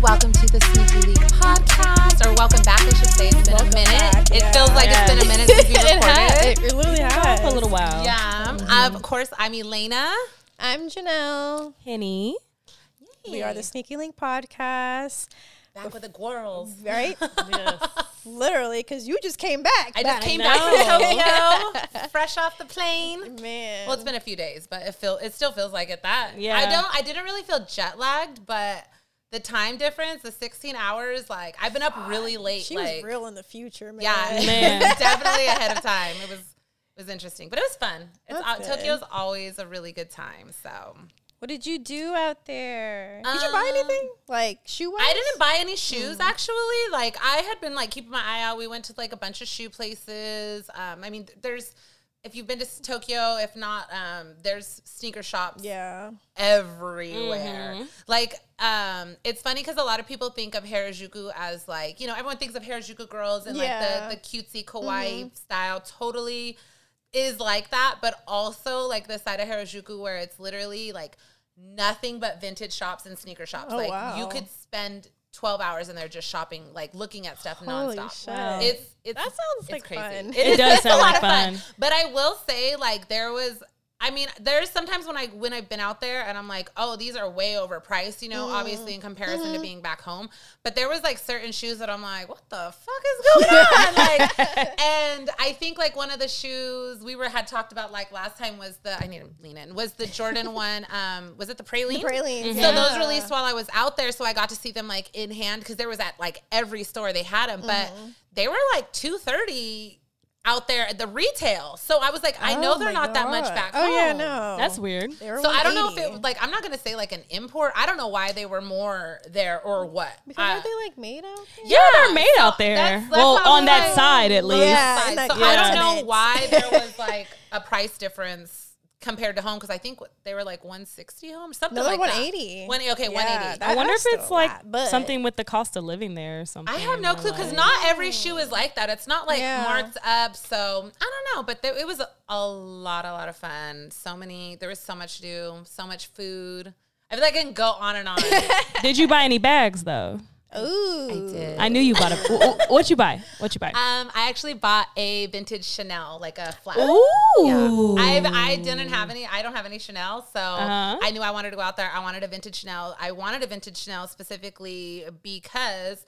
Welcome to the Sneaky League podcast, or welcome back, I should say. It's been a Welcome minute. back, It yeah. feels like it's been a minute since we it, has, recorded. it literally has. for a little while. yeah. Of course, I'm Elena. I'm Janelle. Henny. We are the Sneaky Link podcast, Back with the girls. right? literally, because you just came back. I just Bye. came back from Tokyo, fresh off the plane. Man. Well, it's been a few days, but it feel it still feels like it. That Yeah. I don't. I didn't really feel jet lagged, but the time difference, the 16 hours, like I've been up really late. she like was real in the future, man. Yeah, Man. definitely ahead of time. It was it was interesting, but it was fun. It's That's al- good. Tokyo's always a really good time. So What did you do out there? did you buy Um, anything? Like shoe wise? I didn't buy any shoes Hmm. actually. Like I had been like keeping my eye out. We went to like a bunch of shoe places. Um, I mean, th- there's if you've been to s- Tokyo, if not, um, there's sneaker shops. Yeah. everywhere. Mm-hmm. Like, um, it's funny because a lot of people think of Harajuku as like, you know, everyone thinks of Harajuku girls and Yeah. Mm-hmm. like the, the cutesy kawaii style totally is like that, but also like the side of Harajuku where it's literally like nothing but vintage shops and sneaker shops. Oh, like you wow. could spend 12 hours and they're just shopping, like looking at stuff Holy nonstop. shit. Wow. It's, it's That sounds it's like crazy. fun. It It is. does It's a sound lot like of fun. fun. But I will say, like, there was. I mean, there's sometimes when I when I've been out there and I'm like, oh, these are way overpriced, you know, obviously in comparison to being back home. But there was like certain shoes that I'm like, what the fuck is going on? like, and I think like one of the shoes we were had talked about like last time was the I need to lean in was the Jordan one. Um, was it the Praline? Pralines, So yeah. those released while I was out there, so I got to see them like in hand because there was at like every store they had them, but Mm-hmm. they were like two thirty out there at the retail. So I was like, I know Oh they're my not that much God. back. Oh home. yeah, no. That's weird. They were So I don't know if 180. it like I'm not gonna say like an import. I don't know why they were more there or what. because I- are they like made out there? Yeah, they're made out there. that's- that's well, why on we that like- side at least. Yeah. side. and, like, So I don't know continents. why there was like a price difference compared to home because I think what- they were like 160 home something No, they're like 180. That. One okay, Yeah, 180. that- I wonder if That's it's still a like lot, but- something with the cost of living there or something. I have no or clue because like- not every shoe is like that. It's not like Yeah. marked up. So I don't know, but there, it was a, a lot, a lot of fun. So many, there was so much to do, so much food. I feel like I can go on and on. Did you buy any bags though? Ooh. I knew you bought a. w- w- what you buy? What you buy? Um, I actually bought a vintage Chanel, like a flat. Ooh. I've, I didn't have any. I don't have any Chanel, so Uh-huh. I knew I wanted to go out there. I wanted a vintage Chanel. I wanted a vintage Chanel specifically because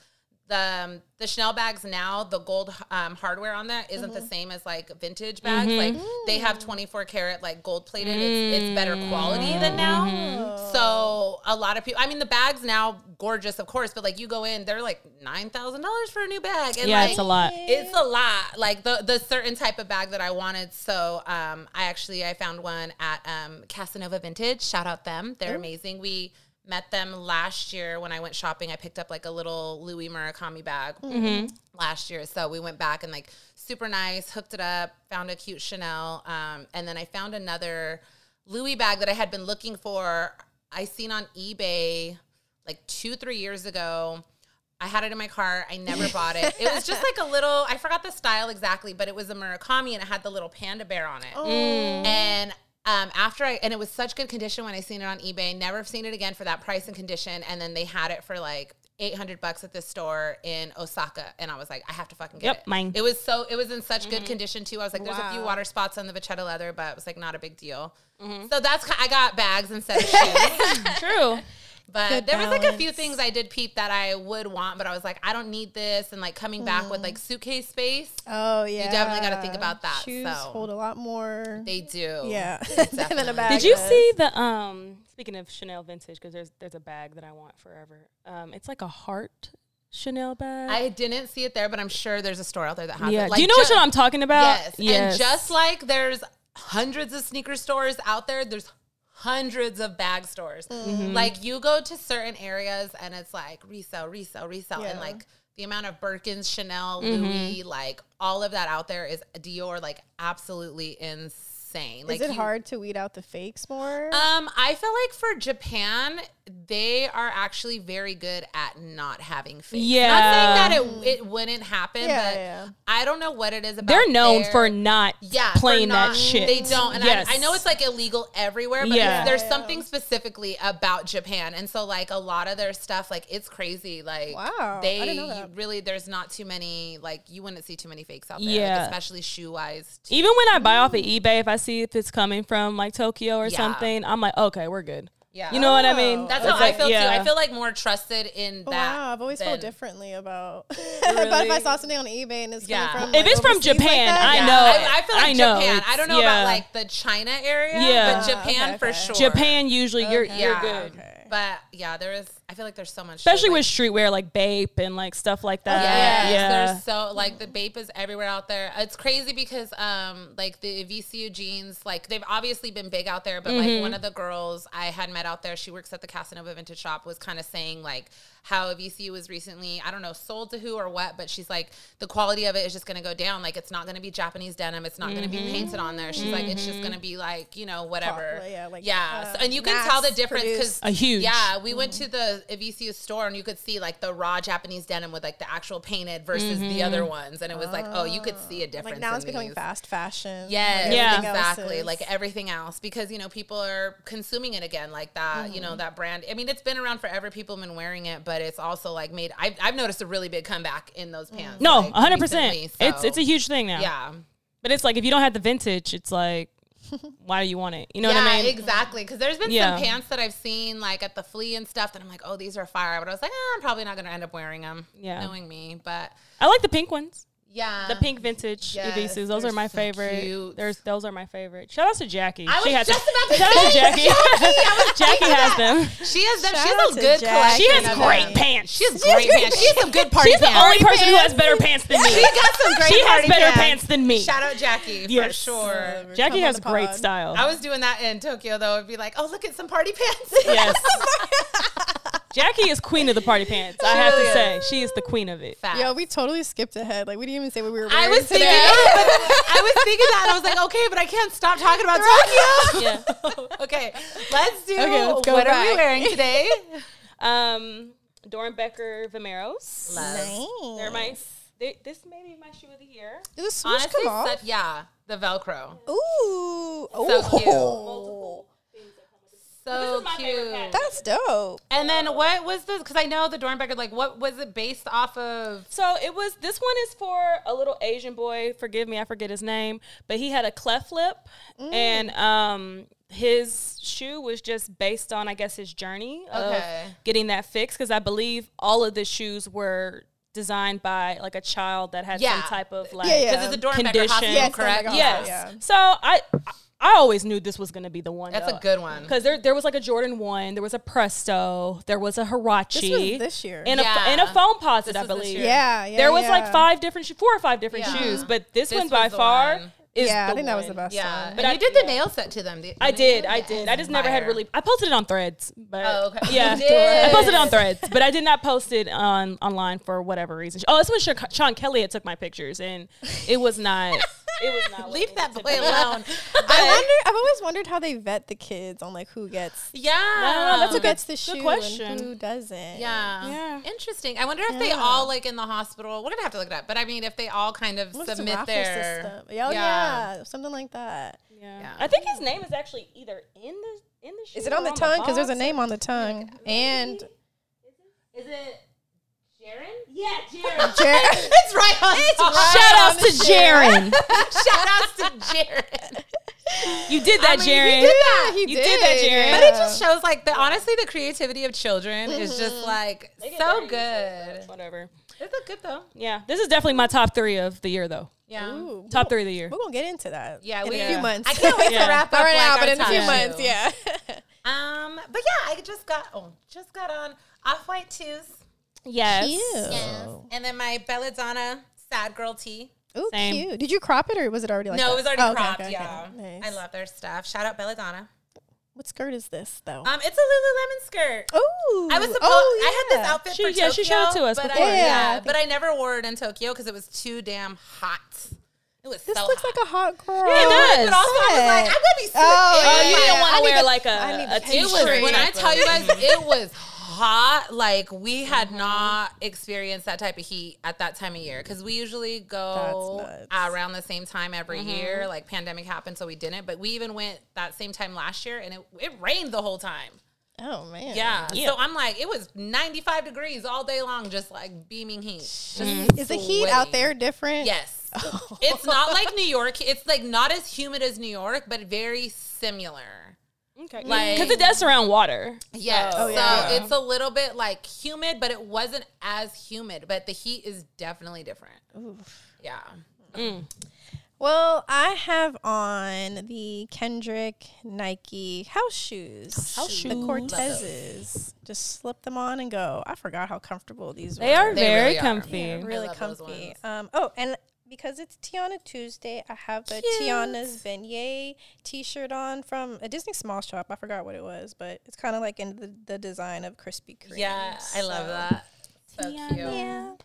the um, the Chanel bags now the gold um, hardware on there isn't Mm-hmm. the same as like vintage bags. Like they have twenty four karat like gold plated. It's, it's Mm. better quality than now. So a lot of people. I mean, the bags now gorgeous, of course, but like you go in, they're like nine thousand dollars for a new bag. And, yeah, like, it's a lot. it's a lot, like the the certain type of bag that I wanted. So um, I actually I found one at um, Casanova Vintage. Shout out them, they're amazing. We met them last year when I went shopping. I picked up like a little Louis Murakami bag last year. So we went back and like super nice, hooked it up, found a cute Chanel, um, and then I found another Louis bag that I had been looking for. I seen on eBay like two three years ago. I had it in my car. I never bought it. It was just like a little, I forgot the style exactly, but it was a Murakami and it had the little panda bear on it. Oh. And um, after I, and it was such good condition when I seen it on eBay, never have seen it again for that price and condition. And then they had it for like 800 bucks at this store in Osaka. And I was like, I have to fucking get Yep, it. mine. Mm-hmm. It was so, it was in such good condition too. I was like, there's a few Wow. water spots on the Vachetta leather, but it was like not a big deal. Mm-hmm. So that's, ki- I got bags instead of shoes. True. But Good there was like a few balance. things I did peep that I would want, but I was like, I don't need this. And like coming back with Mm. like suitcase space, Oh yeah. definitely gotta think about that, Shoes so. hold a lot more. they do. yeah. than Definitely. a bag Did you does. see the um? Speaking of Chanel vintage, because there's there's a bag that I want forever. Um, it's like a heart Chanel bag. I didn't see it there, but I'm sure there's a store out there that has yeah. it. Like, Do you know ju- what I'm talking about? Yes. And just like there's hundreds of sneaker stores out there, there's hundreds of bag stores. Mm-hmm. Like you go to certain areas and it's like resell, resell, resell. And Yeah. Mm-hmm. like the amount of Birkins, Chanel, Louis, like all of that out there is Dior, like absolutely insane. Like Is it you- Uh, hard to weed out the fakes more? Um, I feel like for Japan, they are actually very good at not having faith. Yeah. Not saying that it, it wouldn't happen, Yeah, but yeah. I don't know what it is about. They're known their- for not yeah, for playing not- that shit. They don't. And Yes. I, I know it's like illegal everywhere, but Yeah. it's- there's Yeah. something specifically about Japan. And so, like, a lot of their stuff, like, it's crazy. Like, Wow, I they didn't know that. really, there's not too many, like, you wouldn't see too many fakes out there, like, Yeah. especially shoe wise. Even when I buy off of eBay, if I see if it's coming from like Tokyo or Yeah. something, I'm like, okay, we're good. Yeah. You know what I Oh. mean? That's It's how like, I feel yeah. too. I feel like more trusted in that. wow, I've always felt than- differly about. but if I Really? saw something on eBay and it's Yeah. coming from, If like, it's from overseas like Japan, that, I Yeah. know. I, I feel like I know. Japan. I don't know Yeah. about like the China area, Yeah. but Japan Okay, for okay. sure. Japan usually you're you're Yeah. good. Okay. But yeah, there is. I feel like there's so much, shit, Especially like, with streetwear like Bape and like stuff like that. Yes, Yeah. there's so like the vape is everywhere out there. It's crazy because um like the VCU jeans like they've obviously been big out there, but Mm-hmm. like one of the girls I had met out there, she works at the Casanova Vintage Shop, was kind of saying like how VCU was recently I don't know sold to who or what, but she's like the quality of it is just going to go down. Like it's not going to be Japanese denim, it's not going Mm-hmm. to be painted on there. She's like it's just going to be like you know whatever. Chocolate, yeah, like, yeah. uh, so, and you can tell the mass difference because produced. A huge. yeah, we went to the Evisu store and you could see like the raw Japanese denim with like the actual painted versus the Mm-hmm. other ones, and it was like, oh, you could see a difference. like now in it's becoming these. fast fashion. Yes, Like, Yeah. yeah, everything else exactly. is- Like uh, everything else, because you know people are consuming it again, like that. You Mm-hmm. know that brand. I mean, it's been around forever. People have been wearing it, but it's also like made. I've, I've noticed a really big comeback in those Mm. pants. No, like, 100%. recently, It's so, it's a huge thing now. yeah. But it's like if you don't have the vintage, it's like why do you want it? You know yeah, what I mean? exactly. Because there's been Yeah. some pants that I've seen like at the flea and stuff that I'm like, oh, these are fire. But I was like, ah, I'm probably not going to end up wearing them. Yeah. knowing me, but I like the pink ones. yeah, The pink vintage yes, Evisus. Those they're are my so favorite. cute. There's those are my favorite. Shout out to Jackie. I was has just them. about to Shout out to say Jackie. Jackie has them. She has them. Shout she out has to a good Jackie. collection. She has of great them. pants. She has great pants. She has some good party She's the pants. only person who has better pants than me. she got some great. She has party better pants than me. Shout out Jackie for Yes. sure. Come Jackie on has the great pod. style. I was doing that in Tokyo though. It'd be like, oh, look at some party pants. yes. Jackie is queen of the party pants. I have to is. say, she is the queen of it. Fat. Yo, we totally skipped ahead. Like we didn't even say what we were wearing I was thinking today. that, but I was thinking that, and I was like, okay, but I can't stop talking about Tokyo. Yeah. okay, let's do. Okay, let's go what are back. we wearing today? Um, Doran Becker Vimeros. Love. They're my. They, this may be my shoe of the year. Did the swoosh Honestly, come off? such- yeah, the Velcro. Ooh, So cute. oh, So my favorite cute. pattern. that's dope. And then what was the? Because I know the Dornbecker. Like, what was it based off of? So it was this one is for a little Asian boy. Forgive me, I forget his name, but he had a cleft lip, and um, his shoe was just based on, I guess, his journey Okay. of getting that fixed. Because I believe all of the shoes were designed by like a child that had some Yeah. type of like yeah. Because it's a Dornbecker Condition. hospital, Yeah, it's correct? Dornbecker Yes. Yeah. So I I always knew this was gonna be the one. That's a good one. because there there was like a Jordan one, there was a Presto, there was a Hirachi. This was this year. And Yeah. a and a foam posit, This I was this believe. year. yeah, yeah. there was yeah. like five different, sho- four or five different Yeah. shoes, but this, This one by was the far one. is Yeah, the I think that was the one. best. Yeah, one. but I- you did the yeah. nail set to them. didn't I you? did, I Yes. did. I just never had Fire. really. I posted it on Threads, but Oh, okay. You yeah, did. I posted it on Threads, but I did not post it on online for whatever reason. Oh, it's when Sha- Sean Kelly had took my pictures, and it was not. it was not. what Leave it that needed to boy be. alone. I wonder. I've always wondered how they vet the kids on like who gets Yeah, No, that's who a gets the good shoe question. and who doesn't. Yeah. Yeah. Interesting. I wonder if they all like in the hospital. We're gonna have to look it up. But I mean, if they all kind of What's the submit raffle their system? Yeah, Oh, yeah. something like that. Yeah. Yeah. I think his name is actually either in the in the. Shoe Is it on or the tongue? Because there's a box. name on the tongue. And Is it Jaren? Yeah, Jared. Jer- It's right Oh, on. It's Shout outs to Jaron. Shout outs to Jaren. You did that, I mean, Jaron. He did that. he You did that, Jaren. But it just shows like the honestly the creativity of children is just like get so dirty, good. Whatever. It's a good though. Yeah, this is definitely my top three of the year, though. Yeah. Ooh, Top three of the year. We're gonna get into that. Yeah, in we- a few yeah. months. I can't wait Yeah. to wrap up. Not right now, like, but our in a few top months, two. yeah. Um, but yeah, I just got oh, just got on off white twos. Yes. Yes. Oh. And then my Belladonna sad girl tee. Ooh, Same. cute. Did you crop it or was it already like no, it that? was already Oh, okay, cropped. okay, okay. yeah, Nice. I love their stuff. Shout out Belladonna. What skirt is this though? Um, it's a Lululemon skirt. Ooh. Oh, I was supposed. I had this outfit She- for yeah, Tokyo. she showed it to us but I, before. Yeah, yeah, I think- but I never wore it in Tokyo because it was too damn hot. It was This so looks hot. like a hot girl. it does. But also, I was like, I'm gonna be. Oh, Oh, yeah. you didn't want I to need wear to- like I need a, to a pay It t-shirt. was when I tell you guys, it was hot. Like we had Mm-hmm. not experienced that type of heat at that time of year because we usually go That's nuts. around the same time every Mm-hmm. year. Like pandemic happened, so we didn't. But we even went that same time last year, and it it rained the whole time. Oh man. Yeah. Yeah. So I'm like, it was 95 degrees all day long, just like beaming heat. Just Is the heat out sweating. there different? Yes. it's not like New York. It's like not as humid as New York, but very similar. because Like- it does surround water. Yes. Oh, so yeah. it's a little bit like humid, but it wasn't as humid. But the heat is definitely different. Yeah. Well, I have on the Kendrick Nike house shoes. House The shoes. Cortezes. Just slip them on and go. I forgot how comfortable these They were. are They very really are. comfy. Yeah, really love those comfy. ones. Um, oh, and because it's Tiana Tuesday, I have a Tiana's Beignet T-shirt on from a Disney small shop. I forgot what it was, but it's kind of like in the, the design of Krispy Kreme. Yeah. I love that. So cute.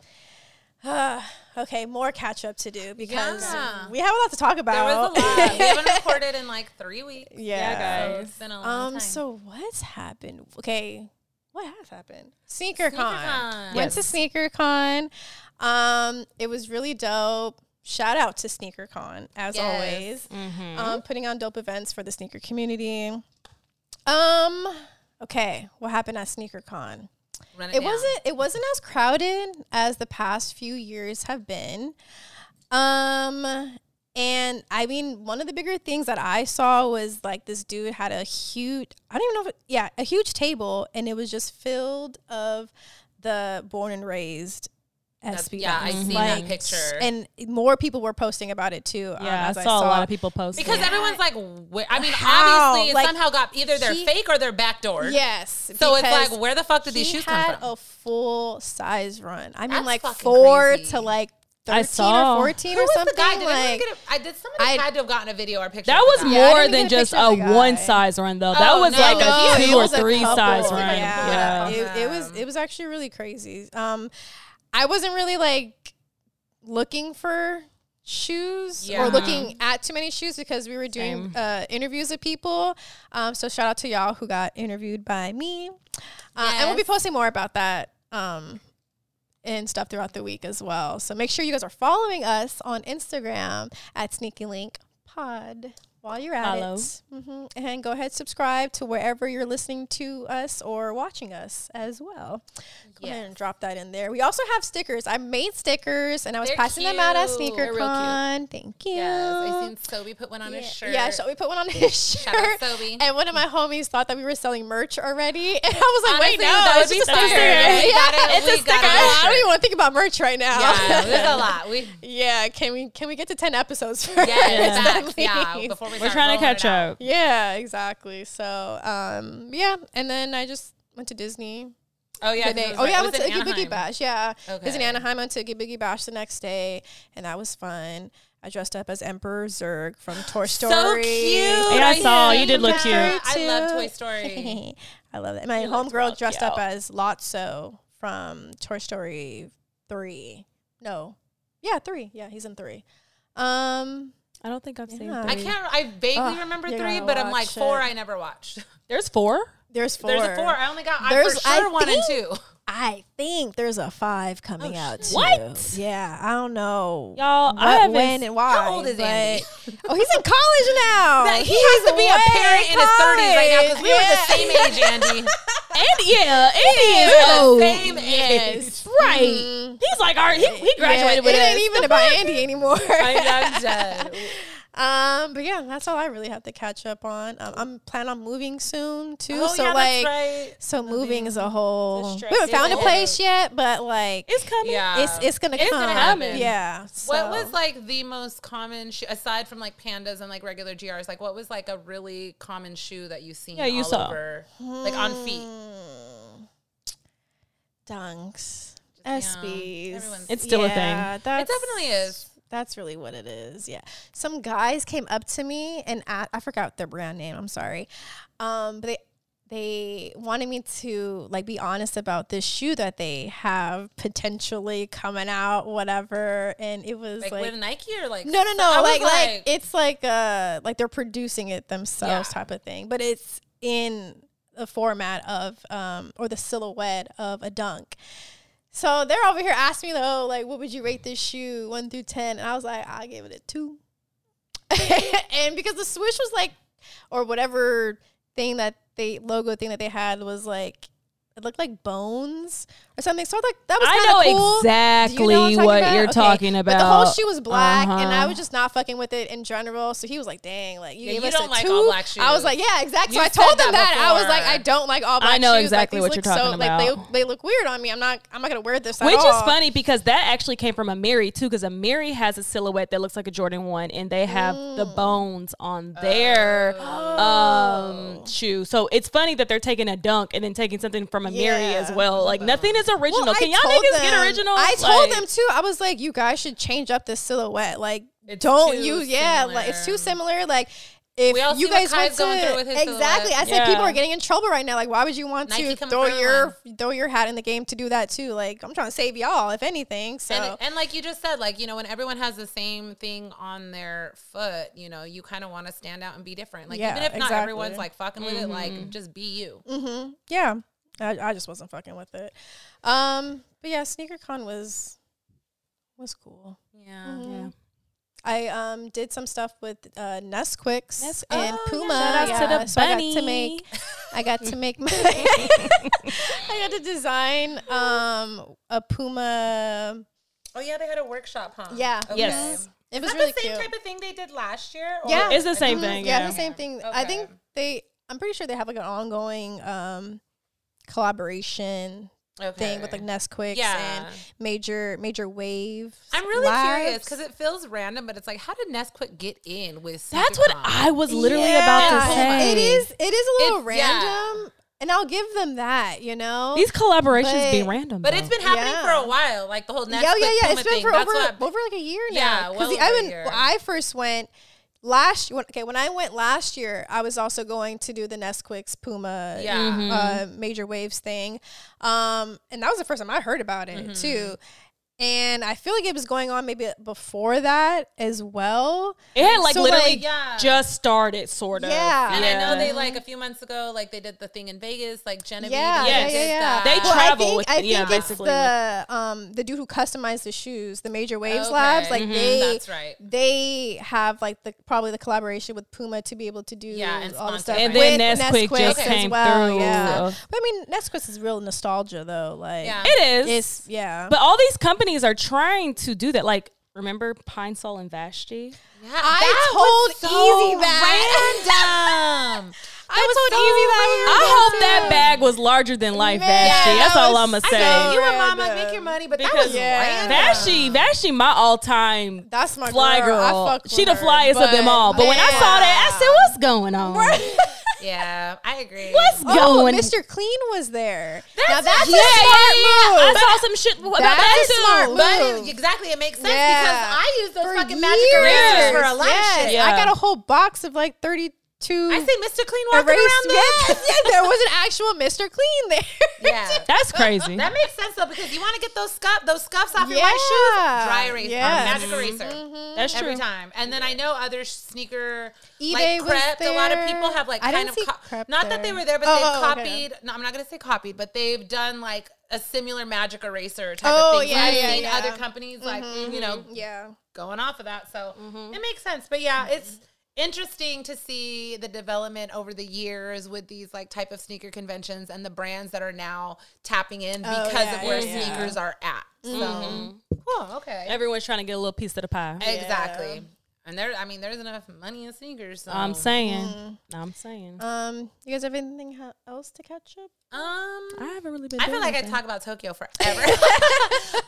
Ah, okay, more catch up to do because Yeah. we have a lot to talk There about. was a lot. we haven't recorded in like three weeks. yeah. guys. So it's been a long Um. time. So what's happened? Okay, what has happened? SneakerCon. SneakerCon. Went to SneakerCon. Um. It was really dope. Shout out to SneakerCon as Yes. always. Mm-hmm. Um, putting on dope events for the sneaker community. Um. Okay, what happened at SneakerCon? Run It down. wasn't. It wasn't as crowded as the past few years have been. Um, and I mean, one of the bigger things that I saw was like this dude had a huge. I don't even know. If it, yeah, a huge table, and it was just filled of the born and raised. SB yeah, I guys. seen that picture. and more people were posting about it too. um, Yeah, I as saw, a lot of people post Because it. everyone's like, where, I mean, How? obviously, it Like, somehow got either they're he- fake or they're backdoored. Yes, So it's because- like, where the fuck did these he shoes had come from? a full size run. I mean, That's like fucking four crazy. to like thirteen I saw. or fourteen Who or was something. the guy? Did anyone like, get a, I did somebody I- had to have gotten a video or a picture. that of was that. Yeah, I didn't more even than get a just picture a of the guy. one size run though. that Oh, was no, like no, a it two or was a three size couple. run. Yeah, Yeah. It, it was it was actually really crazy. Um, I wasn't really like looking for shoes Yeah. or looking at too many shoes because we were doing uh, interviews with people. Um, so shout out to y'all who got interviewed by me, uh, and we'll be Yes. posting more about that. Um, and stuff throughout the week as well. So make sure you guys are following us on Instagram at Sneaky Link Pod while you're at Follow. it. hmm And go ahead, subscribe to wherever you're listening to us or watching us as well. Go ahead and drop that in there. We also have stickers. I made stickers and I was They're passing them out at cute. They're real cute. SneakerCon. Thank you. Yes, I seen Sobe put one on yeah, his shirt. yeah, so we put one on his Shout out shirt. Sobe. And one of my homies thought that we were selling merch already. And I was like, Honestly, wait, no, that it's would be just a fire. sticker. We got it. It's a We got sticker. it. I don't even want to think about merch right now. Yeah, there's a lot. We Yeah, can we can we get to ten episodes first? yeah, at facts, yeah. least? Before we We're start trying to rolling it catch out. up. Yeah, exactly. So, um, yeah, and then I just went to Disney. Oh yeah, the day. it Oh was- yeah, I it went to was in Iggy Biggie Anaheim. Bash. Yeah, it was in Okay. Anaheim. I went to Iggy Biggie Bash the next day, and that was fun. I dressed up as Emperor Zurg from Toy Story. So cute. Yeah, I saw. You see did look that. cute. I love Toy Cute. Story. I love that. My looked real homegirl dressed up cute. as Lotso from Toy Story three. No, yeah, three. Yeah, he's in three. Um, I don't think I've seen. Yeah. I three. can't. I vaguely Ugh, remember you three, gotta but I'm like watch four. it. I never watched. There's four. there's four. There's a four. I only got. I for There's- I sure one and two. I think there's a five coming Oh, out. Too. What? Yeah, I don't know. Y'all, I what, haven't when s- and why? How old is Andy? but- Oh, he's in college now. He has to be a parent in his way thirties right now because we were the same college. age, Andy. And yeah, it is. The Oh, same age. right. He's like our. He, he Mm-hmm. Yeah, graduated with it us. ain't even about Andy anymore. I mean, I'm dead. um, but yeah, that's all I really have to catch up on. Um, I'm planning on moving soon too. Oh, so yeah, like, that's right. so moving is a whole. We stress haven't found a is- place yet, but like, It's coming. Yeah, it's it's gonna It's come. gonna happen. Yeah. So. What was like the most common shoe aside from like pandas and like regular GRs? Like, what was like a really common shoe that you seen? Yeah, you all saw. over, like on feet. Hmm. Mm. dunks, Yeah. SBs. Everyone's- It's still a thing. It That's, definitely is. That's really what it is. Yeah. Some guys came up to me and a I forgot their brand name. I'm sorry. Um, but they they wanted me to like be honest about this shoe that they have potentially coming out, whatever. And it was Like, like, with Nike or like no, no, I no, was like, like it's like uh like they're producing it themselves Yeah. type of thing, but it's in the format of um or the silhouette of a dunk. So they're over here asking me though, like, what would you rate this shoe one through ten? And I was like, I give it a two. and because the swoosh was like, or whatever thing that they logo thing that they had was like, it looked like bones or something. So like that was I kind of know cool. Do exactly you know I'm talking what about? you're Okay. talking about. But the whole shoe was black, and I Uh-huh. was just not fucking with it in general. So he was like, "Dang, like you Yeah, gave you us don't a like two. all black I was shoes. like, "Yeah, exactly." So You've I told said them that that, I was like, before. "I don't like all black." I know shoes. exactly like, what these you're look so, talking Like they, about. they look weird on me. I'm not. I'm not gonna wear this. at Which is all. funny because that actually came from Amiri too, because Amiri has a silhouette that looks like a Jordan one, and they have the Mm. bones on their Oh. um, shoe. So it's funny that they're taking a dunk and then taking something from Amiri Yeah. as well. Like nothing is original. Well, I Can y'all told niggas get them- original? I told Like- them too. I was like, "You guys should change up this silhouette. Like, It's don't too you? Yeah, like it's too similar. Like." If We all you see what guys want Kai's to going through with his exactly, I silhouette. said people Yeah. are getting in trouble right now. Like, why would you want Nike to come throw through your throw your hat in the game to do that too? Like, I'm trying to save y'all, if anything. So And, and like you just said, like, you know, when everyone has the same thing on their foot, you know, you kind of want to stand out and be different. Like, Yeah, even if not everyone's exactly. Mm-hmm. like fucking with it, like, just be you. yeah, I, I just wasn't fucking with it. Um, but yeah, SneakerCon was was cool. Yeah. Yeah. I um did some stuff with uh, Nesquicks Nes- and oh, yeah. Puma. Shout out to the so I got to bunny. make, I got to make my, I got to design um a Puma. Oh, yeah, they had a workshop, huh? Yeah. Yes. Is It was that really the same cute. type of thing they did last year? Or Yeah. It's the same Mhm. thing. Yeah, Yeah. the same thing. I think Okay. they. I'm pretty sure they have like an ongoing um collaboration Okay. thing with like Nesquicks and Yeah. major major wave. I'm really curious because it feels random, but it's like, how did Nesquik get in with That's what Sneakercon? I was literally about to Yeah. say. It is. It is a little It's- yeah. random, and I'll give them that. You know, These collaborations be But- random, But it's though. been happening Yeah. for a while, like the whole Nesquik yeah, yeah, yeah. Puma It's been thing. for That's over what I've- over like a year Yeah, now. well the- over I a went year. when I first went last when, okay when I went last year, I was also going to do the Nesquik's Puma Yeah. uh, Mm-hmm. major waves thing, um, and that was the first time I heard about Mm-hmm. it too. And I feel like it was going on maybe before that as well. It had like So, literally like, yeah. just started, sort of. Yeah. And I know Yeah. they like a few months ago, like they did the thing in Vegas, like Genevieve. Yeah, they yeah, did yeah, yeah. that. They Well, travel I think, with- I yeah, think it's basically the um the dude who customized the shoes, the Major Waves Okay. Labs. Like Mhm. they, That's right. They have like the probably the collaboration with Puma to be able to do Yeah, and all sponsor the stuff. And then with Nesquik just as came through. Yeah, but I mean Nesquik is real nostalgia though. Like Yeah. It is. it's yeah. But all these companies are trying to do that. Like, remember Pine Sol and Vashti? Yeah, I that told was so Easy that. Random. I told so Easy I that. hope that bag was larger than life, Man, Vashti. That's that all was I'm going to so say. You and Mama Random. make your money, but that Because- was Yeah. random. Vashti, Vashti, my all time That's my fly girl. girl. I fuck with she the her, flyest of them but all. But when I saw that, I said, "What's going on? Yeah, I agree. What's Oh, going?" Mr. Clean was there. now That's- that's Yeah, a smart yeah, yeah. move. I saw some shit about That's that a too. smart move. But it, exactly, it makes sense Yeah. because I use those For fucking magic erasers years. for a lot Yes. of shit. Yeah. I got a whole box of like 32 I say Mr. Clean walking erased- around Yes, there. yes, there was an actual Mr. Clean there. Yeah. That's crazy. That makes sense though because you want to get those scuff those scuffs off your Yeah. white shoes. Dry eraser, Yes. Mm-hmm. magic eraser. That's true. every time. And then I know other sneaker eBay like was crept. A lot of there. people have like I kind didn't of see co- Crept not that they there. were there, but Oh, they've oh, okay. copied. No, I'm not gonna say copied, but they've done like a similar magic eraser type Oh, of thing. So yeah, I've yeah, seen yeah. Mm-hmm. other companies like you know yeah. going off of that. So Mm-hmm. it makes sense. But yeah, it's interesting to see the development over the years with these like type of sneaker conventions and the brands that are now tapping in Oh, because yeah, of where yeah, Mm-hmm. yeah. sneakers are at. So cool, okay. Everyone's trying to get a little piece of the pie. Exactly. And there I mean there's enough money in sneakers. So. I'm saying. mm. I'm saying. Um, you guys have anything ha- else to catch up? um I haven't really been. I feel doing like I anything. talk about Tokyo forever.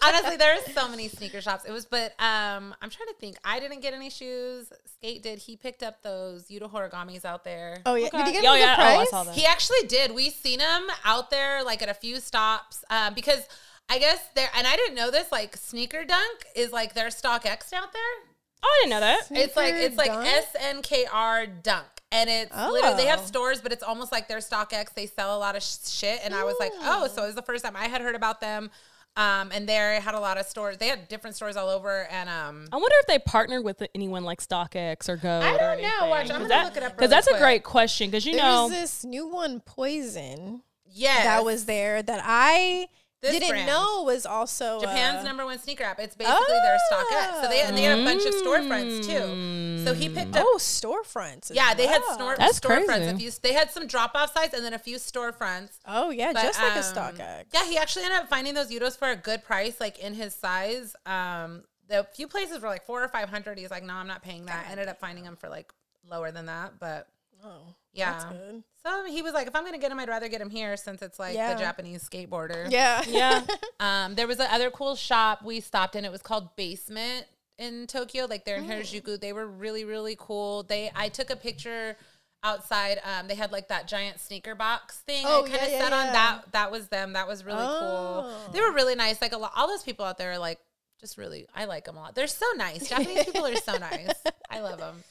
Honestly, there are so many sneaker shops. It was, but um, I'm trying to think. I didn't get any shoes. Skate did. He picked up those Yuta Horigamis out there. Oh yeah, Okay. did you get Oh, a good yeah. Oh, I price? saw that. He actually did. We seen him out there like at a few stops uh, because I guess there and I didn't know this. Like Sneaker Dunk is like their stock X out there. Oh, I didn't know that. it's like it's like Sneaker Dunk? S N K R Dunk. And it's literally, they have stores, but it's almost like their StockX. They sell a lot of sh- shit. And I was like, oh, so it was the first time I had heard about them. Um, and they had a lot of stores. They had different stores all over. And um, I wonder if they partnered with anyone like StockX or Go. I don't know. Watch, I'm gonna look it up really because that's quick. a great question. Because you There's know, this new one, Poison, yeah, that was there that I This didn't brand. know was also Japan's uh, number one sneaker app. It's basically their StockX. So they, and they had a bunch of storefronts too. So he picked up Oh, storefronts. as Yeah, they had well. snor- That's storefronts. crazy. A few, they had some drop off sites and then a few storefronts. Oh yeah, But, just like a um, StockX. Yeah, he actually ended up finding those Udos for a good price, like in his size. Um, the few places were like four or five hundred. He's like, no, I'm not paying that. Ended up finding them for like lower than that, but Oh, yeah. Uh, that's good. So he was like, if I'm gonna get him, I'd rather get him here since it's like Yeah. the Japanese skateboarder. Yeah. yeah, Um, there was another cool shop we stopped in. It was called Basement in Tokyo, like Oh. they're in Harajuku. They were really, really cool. They I took a picture outside. Um, they had like that giant sneaker box thing. Oh, I kind yeah, of yeah, sat yeah. on that. That was them. That was really Oh. cool. They were really nice. Like a lot, all those people out there are like just really. I like them a lot. They're so nice. Japanese people are so nice. I love them,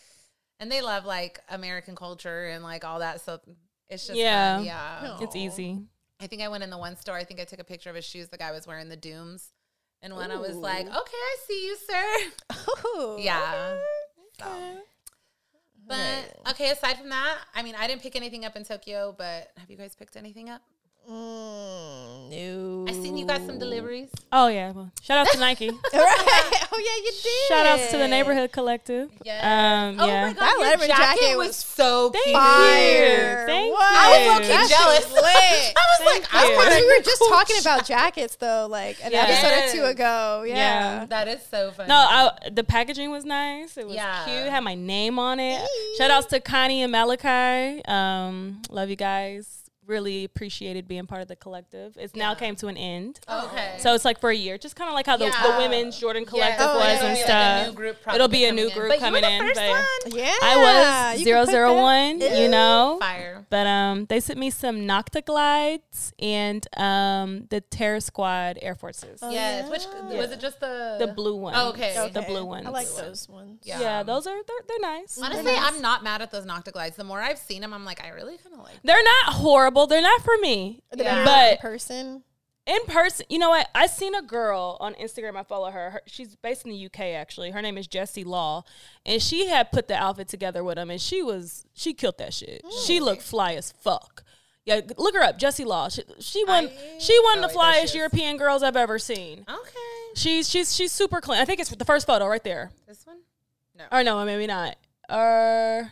and they love like American culture and like all that. So it's just Yeah. yeah, yeah. No. it's easy. I think I went in the one store. I think I took a picture of his shoes. The guy was wearing the Dooms. And when I was like, okay, I see you, sir. Ooh, Yeah. So. okay. But okay, aside from that, I mean, I didn't pick anything up in Tokyo, but have you guys picked anything up? Mm, no. I seen you got some deliveries. Oh yeah, well, shout out to Nike. right. Oh yeah, you did. shout outs to the neighborhood collective. Yes. Um, Oh yeah. my God. That your leather jacket, jacket was, was so Thank cute. you. Thank Wow. you. I was low-key That's jealous. lit. I was Thank like, I you. want we were just cool talking about jackets though, like an Yeah. episode or two Yes. ago. Yeah. Yeah. That is so funny. No, I, the packaging was nice. It was Yeah. cute. Had my name on it. Shout outs to Connie and Malachi. Um, love you guys. Really appreciated being part of the collective. It's now came to an end. Oh, okay. So it's like for a year, just kind of like how the, Yeah. the women's Jordan Yes. collective Oh, was it'll and be like a stuff. new group probably It'll be a coming new in. group But you coming were the in. first but one. Yeah. I was You can put that- 001, you know. Fire. But um, they sent me some Noctaglides and um, the Terror Squad Air Forces. Yes. Which was it? Just the The blue ones. Oh, okay. The Okay. blue ones. I like those ones. Yeah. Yeah, those are they're, they're nice. Honestly, I'm not mad at those Noctaglides. The more I've seen them, I'm like, I really kind of like. They're not horrible. They're not for me. The Yeah. better But- in person. In person, you know what? I seen a girl on Instagram. I follow her. her she's based in the UK actually. Her name is Jessie Law, and she had put the outfit together with him, and she was she killed that shit. Mm. She looked fly as fuck. Yeah, look her up, Jessie Law. She, she won. she know who won the that she flyest is. European girls I've ever seen. Okay. She's she's she's super clean. I think it's the first photo right there. This one. Or no, maybe not. Uh, Or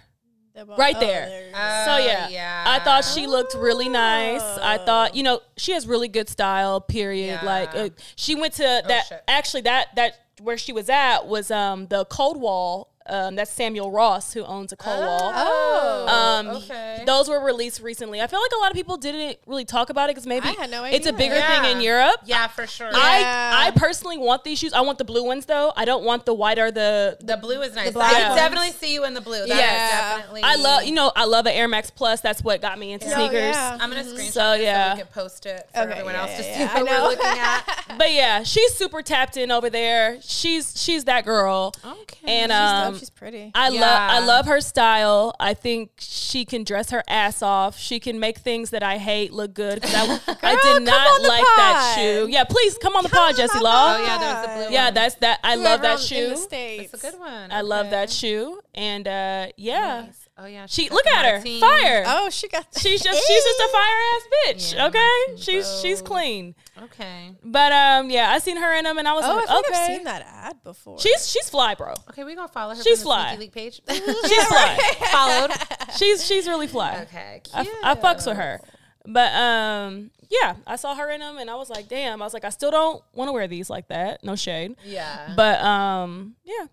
The bo- Right oh, there. Uh, you go. So yeah. Uh, yeah. Oh. I thought she looked really nice. I thought, you know, she has really good style, period. Yeah. Oh, Like uh, she went to that shit. actually that that where she was at was um the Cold Wall. Um that's Samuel Ross who owns a Cold Wall. Oh. Um, okay. Those were released recently. I feel like a lot of people didn't really talk about it because maybe I had no it's a idea. bigger Yeah. thing in Europe. yeah, for sure. Yeah. I I personally want these shoes. I want the blue ones though. I don't want the white or the the blue is nice. black I could ones. definitely see you in the blue. That Yes. is definitely. I love you know I love an Air Max Plus. That's what got me into Oh, sneakers. yeah. I'm gonna screenshot So, so, yeah. yeah. so we can post it for Okay, everyone yeah, else to yeah, see yeah. I what know. we're looking at. But yeah, she's super tapped in over there. She's she's that girl. Oh, Okay. And She's um, dope. She's pretty. I Yeah. love I love her style. I think she can dress her ass off. She can make things that I hate look good. 'Cause I, I did come not on the like that pod. shoe. Yeah, please come on the pod, Jesse on Law. oh yeah, there was the blue. yeah, one. that's that. I love that Whoever In the shoe. States. It's a good one. I love Okay. that shoe. And uh, yeah, Nice. Oh yeah, she got look the at her Martine. fire. Oh, she got. She's just she's just a fire ass bitch. Yeah, okay, Martine she's she's Rose. clean. Okay. But um, yeah, I seen her in them, and I was Oh, I like, think okay, I've seen that ad before. she's she's fly, bro. Okay, we gonna follow her. She's from the fly. Sneaky Leak page. She's fly. Followed. She's she's really fly. Okay. Cute. I, f- I fucks with her. But um, yeah, I saw her in them, and I was like, damn. I was like, I still don't want to wear these like that. No shade. Yeah. But um, yeah.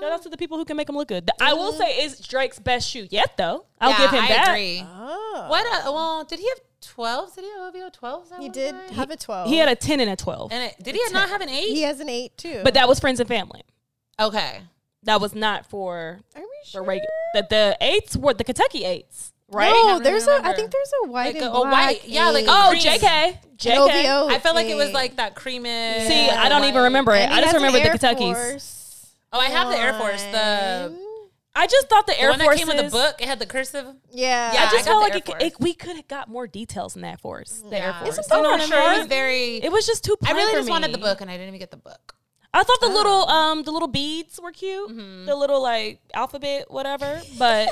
Shout out to the people who can make them look good. Th- I will say, it's Drake's best shoe yet, though. I'll Mm-hmm. yeah, give him I that. Agree. Oh. What? A, well, did he have twelves? Did he have OVO twelves? He did have a twelve. He had a ten and a twelve, And it, did he not have an eight? He has an eight too. but that was friends and family. Okay. That was not for are we the sure? regular. The, the eights were the Kentucky eights, right? No, never there's a. I remember. think there's a white Like and a- a black. white- yeah, like eight. a Oh, Cream. JK. JK. OVO. I felt like it was Oh, eight. like that creamy. See, I don't even remember it. And I he just has an remember the Air Kentucky's. Force Oh, I have the Air Force. The one. I just thought the The Air one that Force came with the book, it had the cursive. Yeah. Yeah, I just I got felt the like Air it, could- Force. it, we could have got more details in that force. The Air Yeah. It's Force. a You know book, I'm what I sure. It mean? was very- It was just too. I plain really for just wanted me. the book, and I didn't even get the book. I thought the little um the little beads were cute. Mm-hmm. The little like alphabet whatever, but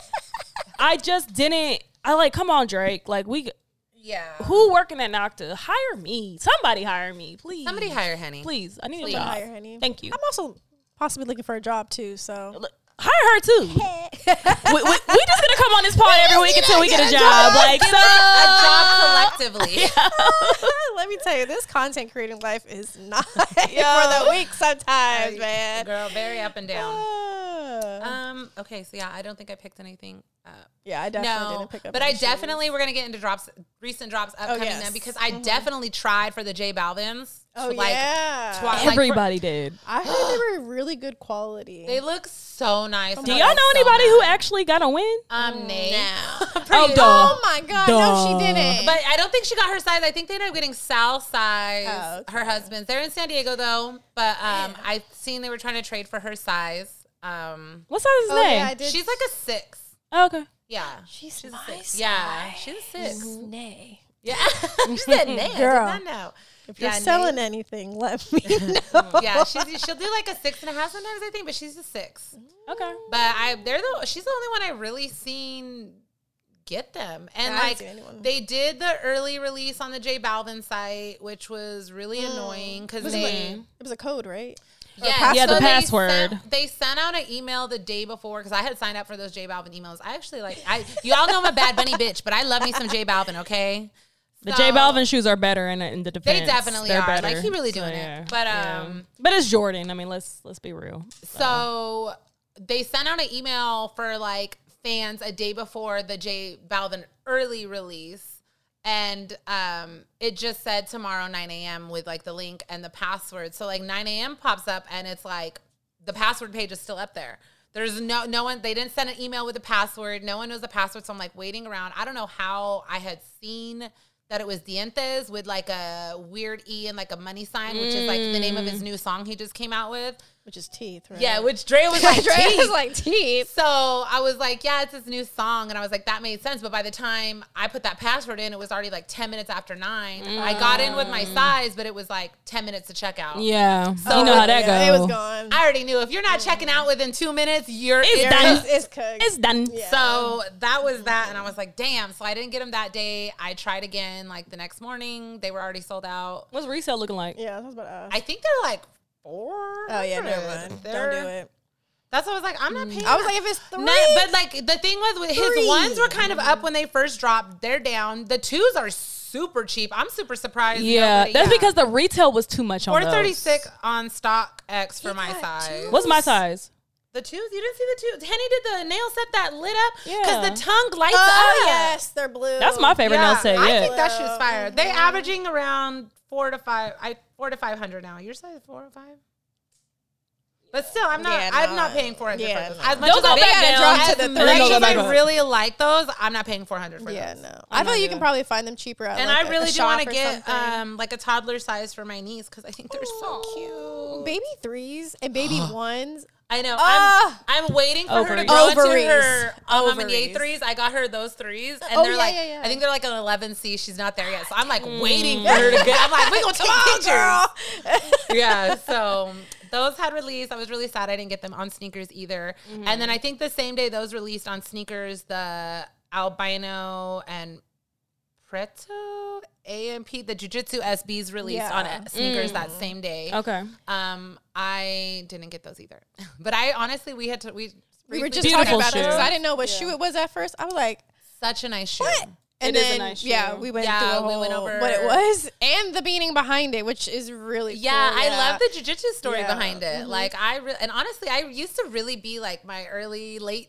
I just didn't I like come on Drake, like we Yeah. who working at Nocta? Hire me. Somebody hire me, please. Somebody hire Henny. Please. I need Please. a job. Hire Henny. Thank you. I'm also possibly looking for a job too. So Look, Hire her too. we, we, we just gonna come on this pod every week until we get a job. Like so, Ah. A job collectively. let me tell you, this content creating life is not for the week sometimes, man. Girl, very up and down. Ah. Uh, Um. Okay. So yeah, I don't think I picked anything up. yeah, I definitely No, didn't pick up. but I any shoes. Oh, definitely we're gonna get into drops, recent drops upcoming yes. Mm-hmm. then because I definitely tried for the J Balvin's. Oh to, like, yeah. twi- like, for- everybody did. I heard they were really good quality. they look so nice. Oh, Do y'all know anybody who actually got a win? Um, Nate. Oh, Pretty- Mm, duh. oh my god, no, she Duh. didn't. But I don't think she got her size. I think they ended up getting Sal's size. Oh, okay. Her husband's. They're in San Diego though, but um, I seen they were trying to trade for her size. Um, What size is oh, they? yeah, I did. she's like a six. oh, okay. Yeah. she's, She's a my six. Yeah, she's a six. size. Nay. Yeah. she said, "Nay, Girl. I did not know." If you're Yeah, selling anything, let me know. yeah, she's she'll do like a six and a half sometimes, I think, but she's a six. Okay. But I they're the she's the only one I really seen get them. And Yeah, I haven't seen anyone. like they did the early release on the J Balvin site, which was really annoying because Mm. was they It was a code, right? Or yeah, Yeah, the they password. sent- They sent, out an email the day before because I had signed up for those J Balvin emails. I actually like I you all know I'm a bad bunny bitch, but I love me some J Balvin. Okay, The So- J Balvin shoes are better in, in the defense. They definitely They're are. Better. Like, he really doing it. But, um, but it's Jordan. I mean, let's let's be real. So they sent out an email for like fans a day before the J Balvin early release. And um, it just said tomorrow 9 a.m. with like the link and the password. So like 9 a.m. pops up and it's like the password page is still up there. There's no no one they didn't send an email with a password. No one knows the password. So I'm like waiting around. I don't know how I had seen that it was Dientes with like a weird E and like a money sign, which is like the name of his new song he just came out with. Which is teeth, right? Yeah, which Dre was like, Dre "Jeez." was like teeth. so I was like, yeah, it's this new song. And I was like, that made sense. But by the time I put that password in, it was already like 10 minutes after nine. I got in with my Mm. size, but it was like 10 minutes to check out. Yeah, you know how that yeah, goes. It was gone. I already knew if you're not checking out within two minutes, you're It's in. done. it's, it's cooked. It's done. So that was that. And I was like, damn. So I didn't get them that day. I tried again like the next morning. They were already sold out. What's resale looking like? yeah, that's about us. I think they're like four. oh yeah, never mind. Don't do it. Mm. That's what I was like, I'm not paying. I was like, if it's three, No, but like the thing was, with his Three. ones were kind of up when they first dropped. They're down. The twos are super cheap. I'm super surprised. Yeah, nobody- that's because the retail was too much on four those. thirty six on stock X for He my got size. two. What's my size? The twos? You didn't see the twos. Henny did the nail set that lit up because Yeah. the tongue lights oh up. yes, they're blue. That's my favorite Yeah, nail set. I Yeah, think that shit's fire. They averaging around four to five. I four to five hundred now. Your size is four or five. But still, I'm not. Yeah, I'm no. not paying four hundred Yeah, for those. no. As much They'll as go I, back they down. drop As to the much as thirty. I I really like those. I'm not paying four hundred for Yeah, those. no. I feel like you can probably find them cheaper. At And like, I a- really a do want shop to or get something. um, like a toddler size for my niece because I think they're so cute. baby threes and baby ones. I know. Ah. I'm, I'm waiting for her to Ovaries. grow Ovaries. into her um, Mama Ye Ovaries. threes. I got her those threes, and Oh, they're yeah, like, yeah, Mm. yeah. I think they're like an 11C. She's not there yet, so I'm like waiting for her to get. I'm like, we gonna take pictures. yeah. So those had released. I was really sad I didn't get them on sneakers either. And Mm-hmm. then I think the same day those released on sneakers, the albino and Preto AMP, the Jujitsu SBs released Yeah. Mm. on sneakers that same day. okay. Um, I didn't get those either. But I honestly, we had to we We were briefly just talked talking Beautiful about it shoe. because I didn't know what shoe it was at first. I was like, such a nice shoe. and It is a then nice yeah, shoe. we went Yeah, through a we went whole- over- what it was and the meaning behind it, which is really Yeah, cool, I love the jujitsu story Yeah. Mm-hmm. behind it. Like I re- and honestly, I used to really be like my early late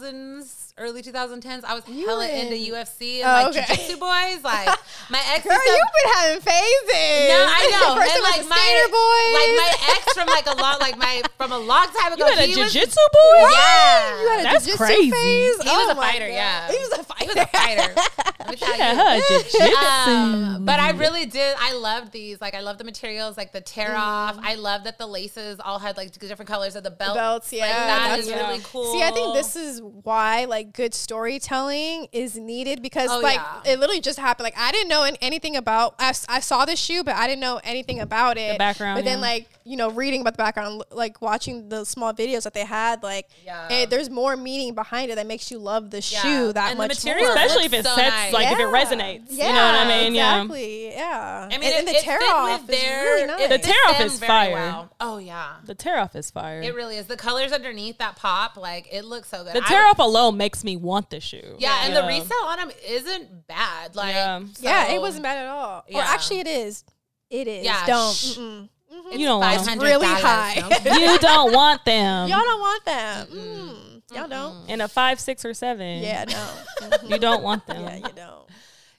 2000s, early 2010s, I was You hella were into in- UFC and Oh, like okay. jiu-jitsu boys. Like my ex Girl, used to- you've been having phases. No, I know. First and it was like the my skater boys. like my ex from like a long like my from a long time You ago. got a he was- jujitsu boy? Yeah. you had a That's jiu-jitsu crazy. phase. He was Oh a my fighter, God. yeah. He was a fighter. He was a fighter. Let me tell you. Yeah, jiu-jitsu. Um, but I really did. I loved these. Like I loved the materials, like the tear Mm-hmm. off. I love that the laces all had like different colors of the belt. belts, yeah, like, that that's is yeah. really cool. See, I think this is why like good storytelling is needed because Oh, like yeah. it literally just happened. Like I didn't know an- anything about. I, s- I saw the shoe, but I didn't know anything about it. background, But then yeah. like you know reading about the background, l- like watching the small videos that they had, like Yeah. eh, there's more meaning behind it that makes you love the Yeah. shoe that And the much material more. that Especially if Looks it so sets, nice. like, if it Yeah. resones. You know what I mean? Yeah. Exactly. Yeah. I mean, and, and it, the it fit tear with off is their, really it nice. The fits tear-off them is very fire. well. Oh yeah, The tear off is fire. it really is. The colors underneath that pop, like it looks so good. the I tear would- off alone makes me want the shoe. Yeah, and the resale on them isn't bad. Like, Yeah. yeah, it so- wasn't bad at all. Yeah. Or actually, it is. It is. Yeah, Don't. sh- Mm-mm. Mhm. It's You don't want 'em. $500. Really high. No. You don't want them. Y'all don't want them. Mm. Y'all don't. in a five, six, or seven. Yeah, no. Mhm. You don't want them. yeah, you don't.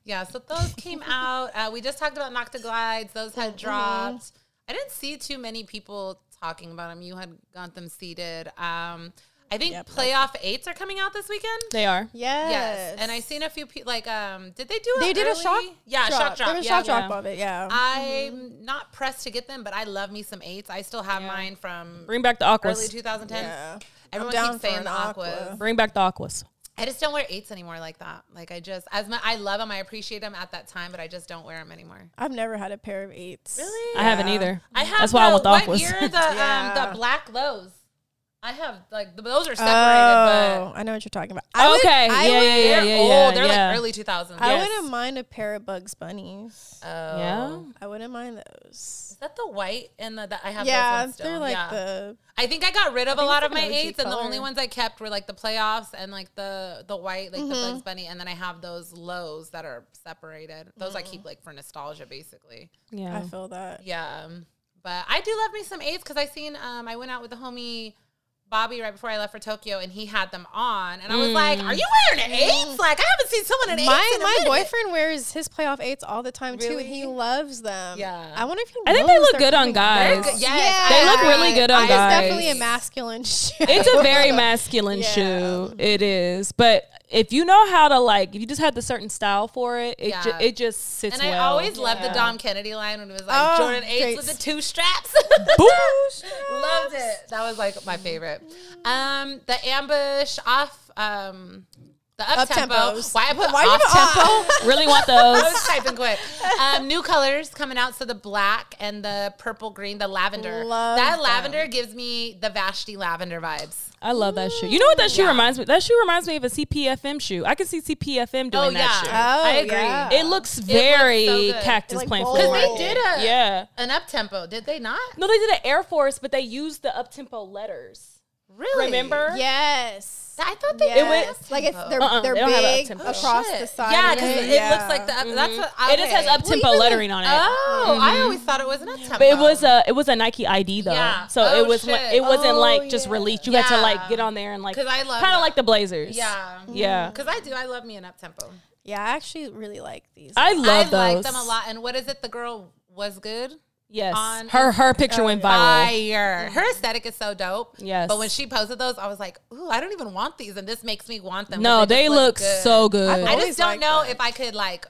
yeah, so those came out. Uh, we just talked about Noctaglides. Those had Mm-hmm. dropped. I didn't see too many people talking about them. You had got them seated. Um, I think Yep, that's- playoff eights are coming out this weekend. They are. Yes. Yes, and I seen a few people. Like, um, did they do? They a did a early- shock. Yeah, drop. shock drop. There was a yeah, shock yeah. drop Mm-hmm. of it. Yeah. I'm not pressed to get them, but I love me some eights. I still have mine from Bring back the early aquas. 2010s. Yeah. Everyone down keeps for saying an the aqua. aquas. Bring back the aquas. I just don't wear eights anymore like that. Like I just as my I love them, I appreciate them at that time, but I just don't wear them anymore. I've never had a pair of eights. Really? I haven't either. I have That's why I want the what aquas. year the um, Mm. Yeah. the black lows. I have like th- those are separated, Oh, I know what you're talking about. I would- Okay, I yeah, would- yeah, but yeah. they're old. they're yeah. like early two thousands. I Yes. wouldn't mind a pair of Bugs Uh, Bunnies. Oh. Yeah. I wouldn't mind those. Is that the white and the, the I have? those Yeah, ones still. they're like yeah. the I think I got rid of a lot of it's my like an OG eights, and the color. only ones I kept were like the playoffs and like the the white, like the Mm-hmm. Bugs Bunny, and then I have those lows that are separated. Those I Mm-hmm. keep like for nostalgia, basically. Yeah. I feel that. Yeah, um, but I do love me some eights because I seen um I went out with the homie Bobby right before I left for Tokyo, and he had them on, and I was like, "Are you wearing an eights? Like I haven't seen someone in eights Mm. My in a my minute." boyfriend wears his playoff eights all the time too, and he Really? loves them. Yeah. I wonder if he I think they knows look they're good on coming out. They're guys. good. Yes, They I look have. really good on It's guys. definitely a masculine shoe. It's a very masculine Yeah. shoe. It is. But if you know how to like, if you just had the certain style for it, it, ju- Yeah. it just sits And well. I always loved the Dom Kennedy line when it was like Oh, Jordan eights great. with the two straps. Boosh. Loved it. That was like my favorite. Um, the ambush off. Um, the up tempo. Up-tempos. Why I put Why you off put tempo? off? Really want I those. was typing quick. Um, new colors coming out. So the black and the purple green, the lavender. Love that them. lavender gives me the Vashti lavender vibes. I love that shoe. You know what that shoe reminds me? That shoe reminds me of a CPFM shoe. I can see CPFM doing Oh, yeah. that shoe. I agree. yeah. It looks very so good. cactus Like plant bold. Because floor. they Right. did a Yeah. an up tempo, did they not? No, they did an Air Force, but they used the up tempo letters. Really? Remember? Yes. I thought they Yes. did an up-tempo. like it's they're Uh-uh, they're they don't have big up-tempo. across Oh, Shit. the side. Yeah, because right? it looks like the up. That's what, Mm-hmm. It just has okay. up tempo lettering on it. Oh, I Mm-hmm. always thought it was an up tempo. But it was a it was a Nike ID though, Yeah. so Oh, it was one- shit. it wasn't Oh, like just yeah. released. You had to Yeah. like get on there and like 'Cause I kind love of that. like the Blazers. yeah, Mm-hmm. yeah. Because I do, I love me an up tempo. yeah, I actually really like these. I love I those. like them a lot. And what is it? The girl was good. Yes, on her her picture went viral. Fire. Her aesthetic is so dope. Yes. But when she posted those, I was like, ooh, I don't even want these. And this makes me want them. 'cause no, they, just look so good. I Always just don't like know if I could like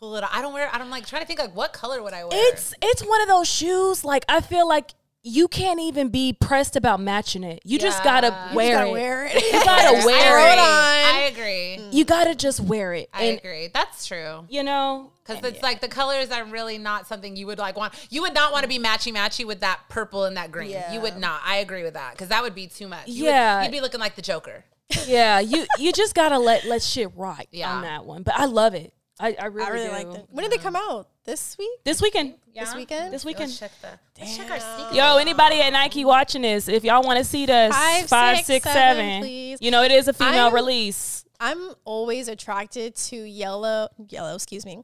pull it off. I don't wear, I'm like trying to think like what color would I wear? It's it's one of those shoes. Like I feel like you can't even be pressed about matching it. You just Yeah. gotta You just wear you gotta it. wear it. You gotta I wear agree. it. I agree. Mm. You gotta just wear it. I and agree. That's true. you know, Because it's like the colors are really not something you would like want. You would not want to be matchy matchy with that purple and that green. Yeah. You would not. I agree with that because that would be too much. You Yeah. would, you'd be looking like the Joker. yeah, you you just gotta let let shit rock Yeah. on that one. But I love it. I, I really, I really do. like them. When did they come out? This week? This weekend. This weekend? This weekend. Let's check the. Let's check our sneakers. Yo, anybody at Nike watching this, if y'all want to see this, Five, five, six, six, seven, seven. please. You know, it is a female I'm- release. I'm always attracted to yellow, yellow, excuse me,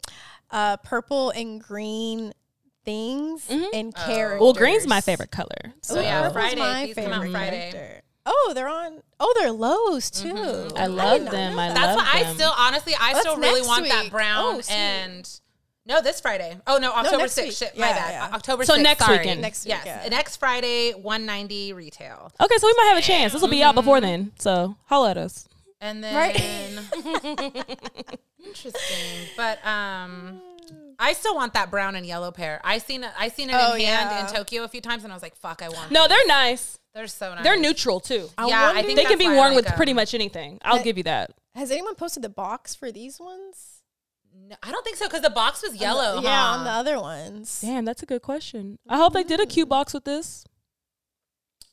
uh, purple and green things and characters. Oh, Well, green's my favorite color. So yeah, Mm-hmm. purple's Oh. Friday. my These come out favorite Friday. character. Oh, they're on. Oh, they're lows too. I did love not them. know I that. That's love why I them. still honestly I That's still really next want that week. brown Oh, sweet. and no, this Friday. Oh no, October next 6th. week. Shit, my Yeah, bad. yeah. O- October So 6th. next sorry. weekend. Next week, Yes. yeah. Next Friday, 190 retail. Okay, so we might have a chance. This will be out before then. So holla at us. And then Right. Interesting. But um I still want that brown and yellow pair. I seen a- I seen it Oh, in hand yeah. in Tokyo a few times and I was like, fuck, I want. No. No, they're nice. They're so nice. They're neutral too. Yeah, I wonder- think They that's can be why I worn like with them. pretty much anything. I'll give you that. Has anyone posted the box for these ones? No, I don't think so cuz the box was yellow. yeah, huh? on the other ones. Damn, that's a good question. I hope they did a cute box with this.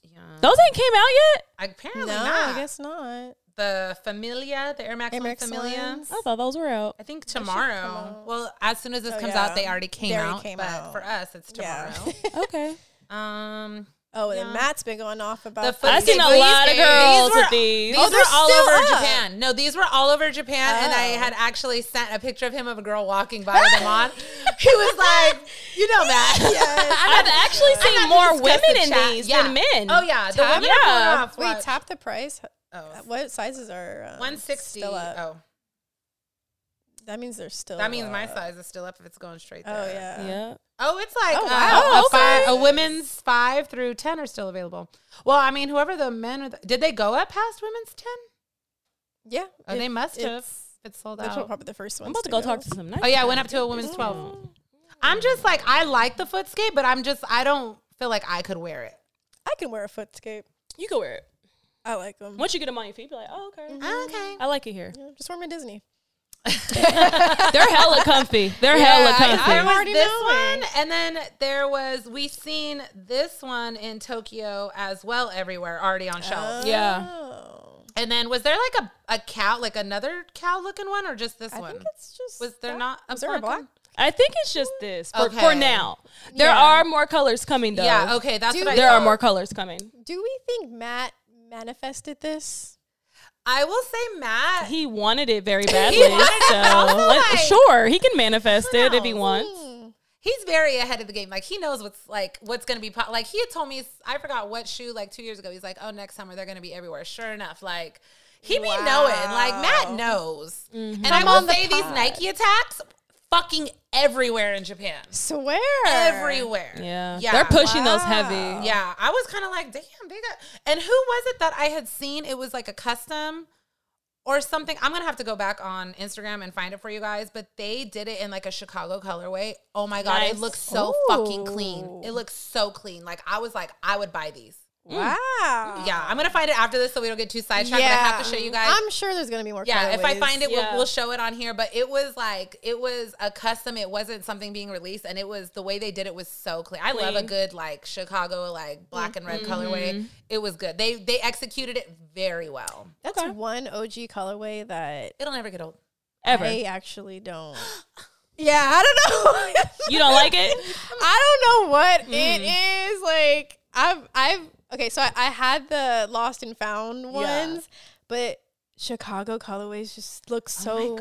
Yeah. Those ain't came out yet. Apparently No, not. I guess not. the Familia, the Air Max, Air One Max Familia. ones. I thought those were out. I think should come tomorrow. out. Well, as soon as this Oh, comes yeah. out, they already came They already out. came but out. for us, it's Yeah. tomorrow. Okay. um, oh, and Yeah. then Matt's been going off about The these. I've seen a These- lot of these girls were- with these these. Oh, were they're all still over up. Japan. No, these were all over Japan, and I Oh. had actually sent a picture of him of a girl walking by with them on. He was like, "You know, Matt." Yes. I've actually seen more women in these Yeah. than men. Oh yeah, the women Tap- are pulling yeah. off. Wait, Watch. tap the price. Oh, Uh, What sizes are um, 160. Still up? Oh, That means they're still. that means my up. size is still up if it's going straight there. Oh yeah. Yeah. Oh, it's like Oh, uh, wow. a, Oh, fi- okay. a women's five through ten are still available. Well, I mean, whoever the men are, did they go up past women's ten? Yeah. Oh, they it- must have. it's- It's sold Those were out. probably the first ones. I'm about to go talk to some nice. Oh yeah, I went up to a women's Oh. twelve. I'm just like, I like the foot skate, but I'm just, I don't feel like I could wear it. I can wear a footscape. You can wear it. I like them. Once you get them on your feet, be like, oh, okay. Okay. I like it here. Yeah, just wear my Disney. They're hella comfy. They're hella comfy. there was already this know one, and then there was we seen this one in Tokyo as well, everywhere already on shelves. yeah. Oh. And then was there like a, a cow, like another cow looking one, or just this I one? think it's just. Was there that- not a Was there a black black? one? I think it's just this for, Okay. for now. There are more colors coming though. Yeah, okay, that's Do- what I There are thought. more colors coming. Do we think Matt manifested this? I will say Matt. He wanted it very badly. wanted it, so but also, like, like, sure, he can manifest it if he knows? wants. he's very ahead of the game. Like he knows what's like what's going to be pop- like he had told me I forgot what shoe like 2 years ago. He's like, "Oh, next summer they're going to be everywhere." Sure enough, like he be knowing. Like Matt knows. Mm-hmm. And I will say these Nike attacks fucking everywhere in Japan. Swear. Everywhere. Yeah. They're pushing those heavy. Yeah, I was kind of like, damn, they got. And who was it that I had seen? It was like a custom or something. I'm gonna have to go back on Instagram and find it for you guys. But they did it in like a Chicago colorway. Oh my god, it Nice. looks so fucking clean. It looks so clean. Like I was like, I would buy these. Wow. Mm. Um, Yeah, I'm gonna find it after this so we don't get too sidetracked. But I have to show you guys. I'm sure there's gonna be more. yeah, if I colorways. find it, Yeah. we'll, we'll show it on here. But it was like it was a custom. It wasn't something being released, and it was the way they did it was so clean. Mm-hmm. I love a Clean. good like Chicago like black and red colorway. It was good. They they executed it very well. that's one OG colorway that It'll never get old. Ever. I actually don't. yeah, I don't know. You don't like it? I don't know what it Hmm. is. Like I've I've okay, so I, I had the lost and found ones, but Chicago colorways just Oh look so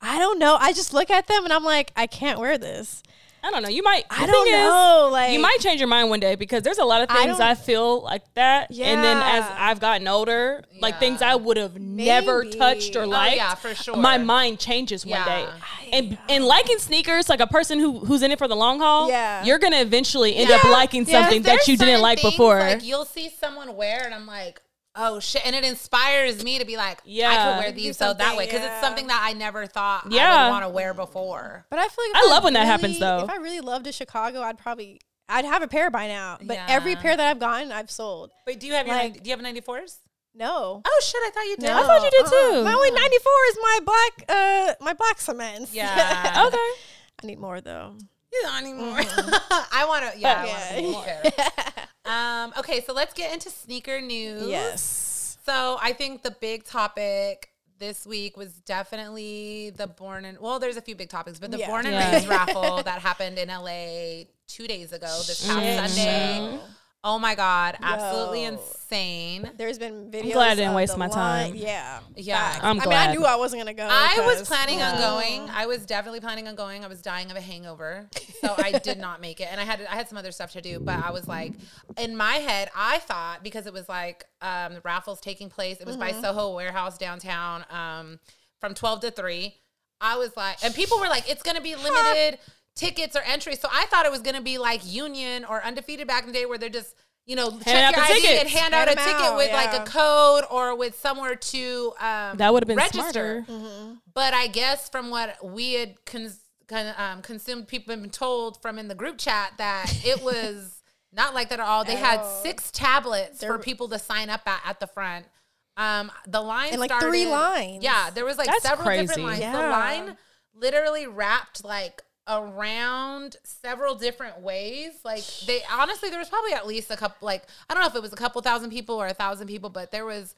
I don't know. I just look at them and I'm like, I can't wear this. I don't know. You might I the don't thing is, know. Like you might change your mind one day because there's a lot of I things don't- I, feel like that. And then as Yeah. I've gotten older, like Yeah. things I would have never Maybe. touched Oh, or Oh liked. yeah, for sure. My mind changes one Yeah. day, I- and and liking sneakers like a person who who's in it for the long haul. Yeah. you're gonna eventually end Yeah. up liking Yeah. something There's that you didn't certain like things, before. Like you'll see someone wear, and I'm like. Oh shit! And it inspires me to be like, yeah, I Yeah. could wear Do these so that something, way because yeah. it's something that I never thought I Yeah. would want to wear before. but I feel like I if love when that really- happens, though. If I really loved a Chicago, I'd probably I'd have a pair by now. But every Yeah. pair that I've gotten, I've sold. Wait, do you have your Like- 90 do you have ninety fours? No. Oh shit! I thought you did. No. I thought you did Uh-uh. too. My only 94 is my black uh my black cements. Yeah. okay, I need more though. You don't anymore. I want to. Yeah. I Mm-hmm. Yeah. wanna be fair. um. Okay. So let's get into sneaker news. Yes. So I think the big topic this week was definitely the born and well, there's a few big topics, but the Yeah. born and Yeah. raised raffle that happened in LA two days ago, this past Shit Sunday. Oh my God, absolutely Yo. insane. There's been videos. glad I didn't of waste the my line- time. Yeah, Yeah. facts. I'm I mean, I glad. knew I wasn't gonna go. I was 'cause- planning on yeah. going. I was definitely planning on going. I was dying of a hangover, so I did not make it. And I had I had some other stuff to do, but I was like, in my head, I thought because it was like um, the raffles taking place. It was by Mm-hmm. Soho Warehouse downtown um, from twelve to three. I was like, and people were like, it's going to be limited tickets or entry. So I thought it was going to be like Union or Undefeated back in the day, where they're just you know check out your the ID and tickets. hand out a Hand 'em ticket out, with like yeah. a code or with somewhere to um, That would have been register. smarter. But I guess from what we had cons- con- um, consumed, people been told from in the group chat that it was not like that at all. They had Oh. six tablets for people to sign up at at the front. Um, the line And, like, three started- lines. Yeah, there was like That's several different crazy. lines. The Yeah. line literally wrapped like around several different ways. Like they honestly, there was probably at least a couple. Like I don't know if it was a couple thousand people or a thousand people, but there was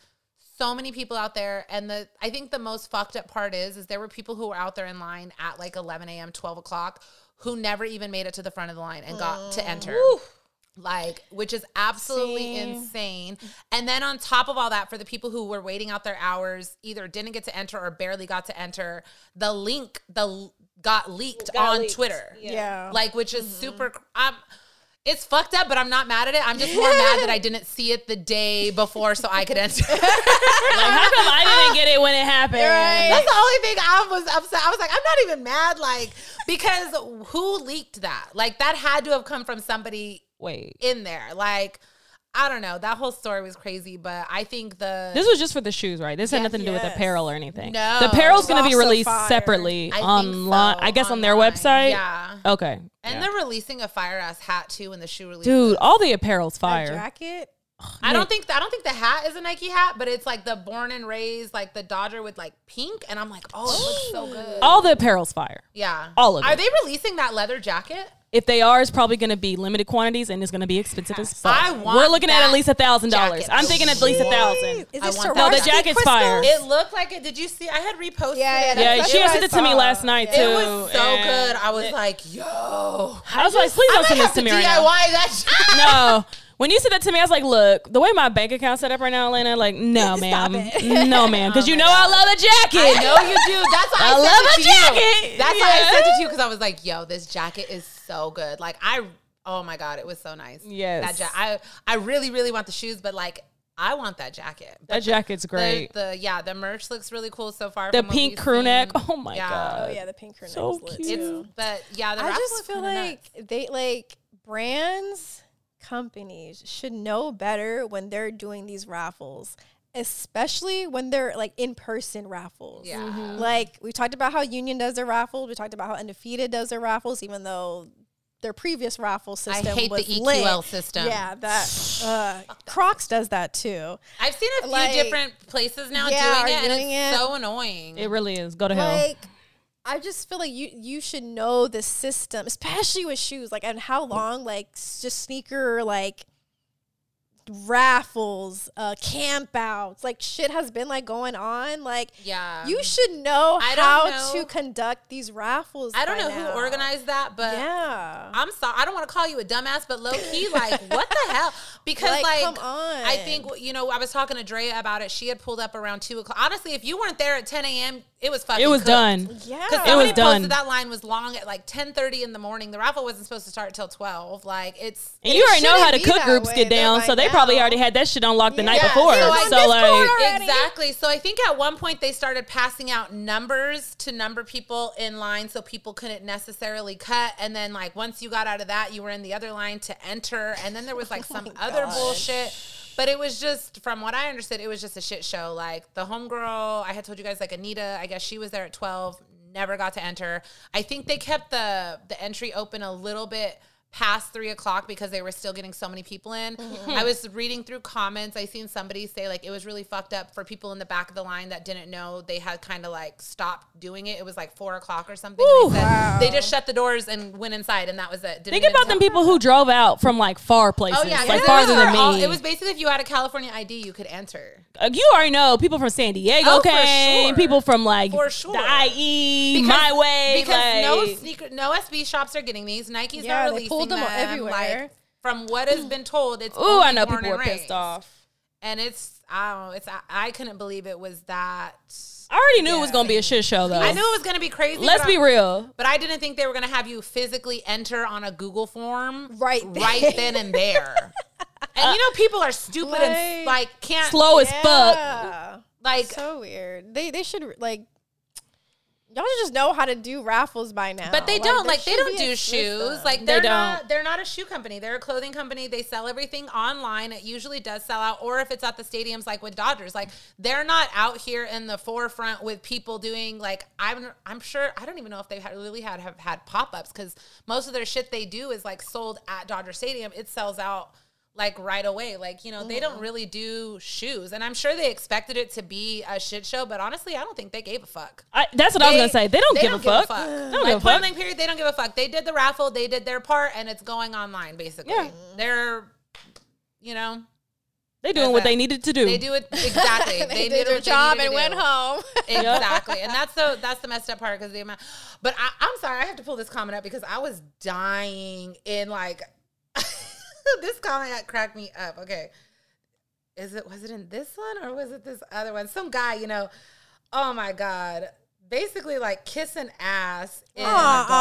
so many people out there. And the I think the most fucked up part is is there were people who were out there in line at like 11 a.m., 12 o'clock, who never even made it to the front of the line and got to enter like which is absolutely See? insane and then on top of all that for the people who were waiting out their hours either didn't get to enter or barely got to enter the link the l- got leaked on twitter Yeah. like which is super cr- um it's fucked up but i'm not mad at it i'm just more mad that i didn't see it the day before so i could enter Like, how come I didn't get it when it happened? Right. That's the only thing I was upset. I was like, I'm not even mad, like, because who leaked that? Like, that had to have come from somebody Wait. in there. Like, I don't know. That whole story was crazy, but I think the This was just for the shoes, right? This had nothing to do with Yes. apparel or anything. No. the apparel's going to be Also released fire. separately I think online. so, I guess on their online. website. Yeah. Okay. and they're releasing a fire ass hat too in the shoe release. Dude, all the apparel's That fire. jacket. I don't think I don't think the hat is a Nike hat, but it's like the born and raised like the Dodger with like pink, and I'm like, oh, it looks so good. All the apparel's fire. yeah, all of Are it. they releasing that leather jacket? If they are, it's probably going to be limited quantities and it's going to be expensive as fuck. I want We're looking at that at least a thousand dollars. jacket. I'm thinking at least a thousand. Is it Oh, I want that. No, the Swarovski jacket's crystals? fire. It looked like it. Did you see? I had reposted Yeah, it. yeah, Yeah, That's she what had I sent it to me saw. last night It too. It was so and good. I was like, yo. I was like, please I don't might send this have to to me DIY right now. that shit. no. When you said that to me, I was like, look, the way my bank account's set up right now, Elena, like, no, ma'am. No, ma'am. Because you know I love a Oh I jacket. know you do. That's why I, I sent love it a to You. jacket. That's why I Yeah. sent it to you because I was like, yo, this jacket is so good. Like I, oh my god, it was so nice. Yes. that ja- I, I really, really want the shoes, but like, I want that jacket. That jacket's The, great. the yeah, the merch looks really cool so far. The from what pink we've crew neck. seen. Oh my Yeah. God. Oh yeah, the pink crew So neck is lit, cute. too. It's but yeah, the I raffle just is feel kinda like nuts. they like brands, companies should know better when they're doing these raffles, especially when they're like in person raffles. yeah. Mm-hmm. Like we talked about how Union does their raffles, we talked about how Undefeated does their raffles, even though their previous raffle I system hate the E was EQL lit. system. Yeah, that uh, Crocs does that too. I've seen a few Like- different places now Yeah, doing it, are and doing it's it. so annoying. It really is. Go to hell. Like I just feel like you you should know the system, especially with shoes, like and how long like s- just sneaker like raffles, uh camp outs, like shit has been like going on. Like yeah, you should know I don't how know. to conduct these raffles. I don't by know now. who organized that, but Yeah. I'm sorry. I don't want to call you a dumbass, but low key, like, what the hell? Because, like, Like, come on. I think, you know, I was talking to Drea about it. She had pulled up around 2 o'clock. Honestly, if you weren't there at 10 a.m., it was fucking It was cooked. done. yeah. Because somebody was done. posted that line was long at like 10.30 in the morning. The raffle wasn't supposed to start till 12. Like, it's... And you already know shouldn't how the be cook that groups way. get They're down, like, so they probably no. already had that shit unlocked the night Yeah, before. they were on So Discord like, already. Ready? Exactly. So I think at one point they started passing out numbers to number people in line so people couldn't necessarily cut. And then, like, once you got out of that, you were in the other line to enter. And then there was like some other Oh gosh. bullshit. But it was just, from what I understood, it was just a shit show. Like, the homegirl, I had told you guys, like, Anita, I guess she was there at 12, never got to enter. I think they kept the, the entry open a little bit past three o'clock because they were still getting so many people in. Mm-hmm. I was reading through comments. I seen somebody say like it was really fucked up for people in the back of the line that didn't know they had kind of like stopped doing it. It was like four o'clock or something. and they, said they just shut the doors and went inside and that was it. Didn't think even about tell- them people who drove out from like far places, Oh yeah, 'cause like it farther was for than me. all- it was basically if you had a California ID, you could enter. Uh, you already know people from San Diego Oh, for came, sure. people from like For sure. the IE, my way, because like, no sneaker, no SB shops are getting these. Nike's Yeah, not they releasing pulled them them everywhere. Like, From what has been told, it's Ooh, I only know born people and were pissed raised. off. and it's I don't know. It's I, I couldn't believe it was that. I already knew it was gonna be a shit show though. I knew it was gonna be crazy. Let's but be I- real. But I didn't think they were gonna have you physically enter on a Google form Right right then and there. And you know people are stupid and Like- like can't Slow as fuck. Yeah. like So weird. They they should like y'all should just know how to do raffles by now. But they don't like they don't do shoes. Like they're don't. not they're not a shoe company. They're a clothing company. They sell everything online. It usually does sell out or if it's at the stadiums like with Dodgers. Like they're not out here in the forefront with people doing like I'm I'm sure I don't even know if they've had, really had have had pop-ups cuz most of their shit they do is like sold at Dodger Stadium. It sells out like right away. Like, you know, they don't really do shoes. And I'm sure they expected it to be a shit show, but honestly, I don't think they gave a fuck. I, that's what I was gonna say. They don't, give, a fuck. They don't Like, give a fuck. polling period, they don't give a fuck. They did the raffle, they did their part, and it's going online basically. Yeah. They're, you know, They doing what they needed to do. they do it exactly. they, they, did, did their what they job needed and to went do. home. Exactly, and that's the that's the messed up part because the amount. But I, I'm sorry, I have to pull this comment up because I was dying in like this comment cracked me up. Okay, is it was it in this one or was it this other one? Some guy, you know. Oh my god. Basically, like kissing ass. Oh In,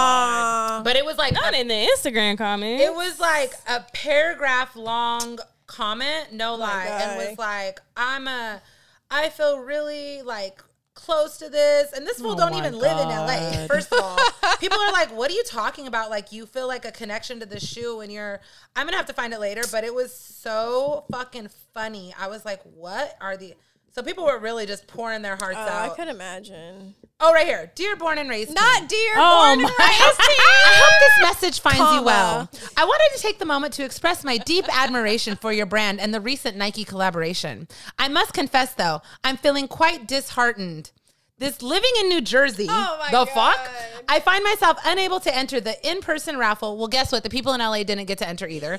Aw. But it was like Not in the Instagram comment. it was like a paragraph long comment, no lie, and Oh God. was like, "I'm a, I feel really like close to this." And this fool don't Oh my even live in LA. God. First of all, people are like, "What are you talking about?" Like you feel like a connection to the shoe, and you're. I'm gonna have to find it later, but it was so fucking funny. I was like, "What are the?" So people were really just pouring their hearts Oh, I out. could imagine. Oh, right here, dear born and raised. team. Not dear. Oh born and my- raised I hope this message finds Comma. you well. I wanted to take the moment to express my deep admiration for your brand and the recent Nike collaboration. I must confess, though, I'm feeling quite disheartened. This living in New Jersey, Oh my the God. fuck? I find myself unable to enter the in person raffle. Well, guess what? The people in LA didn't get to enter either.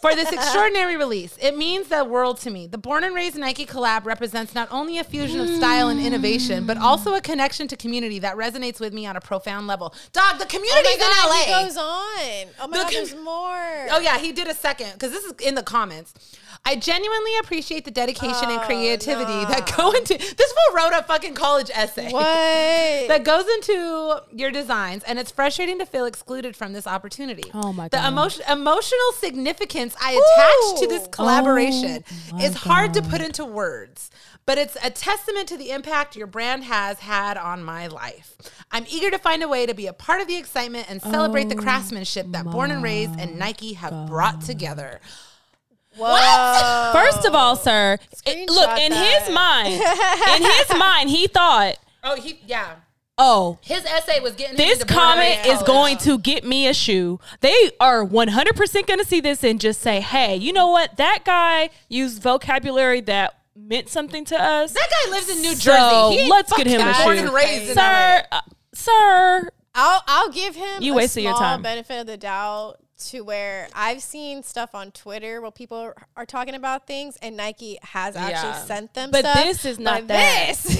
For this extraordinary release, it means the world to me. The Born and Raised Nike collab represents not only a fusion of style and innovation, Mm. but also a connection to community that resonates with me on a profound level. Dog, the community's Oh my in God, LA. He goes on. Oh my The god, com- there's more. Oh yeah, he did a second because this is in the comments. I genuinely appreciate the dedication Oh, and creativity that go into this. Fool wrote a fucking college essay What? that goes into your designs, and it's frustrating to feel excluded from this opportunity. Oh, my The God. emotion, emotional significance I attach to this Ooh. collaboration Oh, my is hard to put into words, but it's a testament to the impact your brand has had on my life. I'm eager to find a way to be a part of the excitement and celebrate Oh the craftsmanship that Born and Raised and Nike have brought together. Whoa. First of Oh. all, sir, it- look Screenshot in that. his mind. in his mind, he thought, Oh, he yeah. "Oh, His essay was getting him this into Born and comment Raised is college. going to get me a shoe." They are one hundred percent going to see this and just say, "Hey, you know what? That guy used vocabulary that meant something to us." That guy lives in New Jersey. So, He ain't let's get him fucking a born shoe. and raised in LA. sir, uh, sir, I'll I'll give him You a wasted your small time. benefit of the doubt to where I've seen stuff on Twitter where people are talking about things and Nike has actually Yeah. sent them But stuff. this is But not that. This, this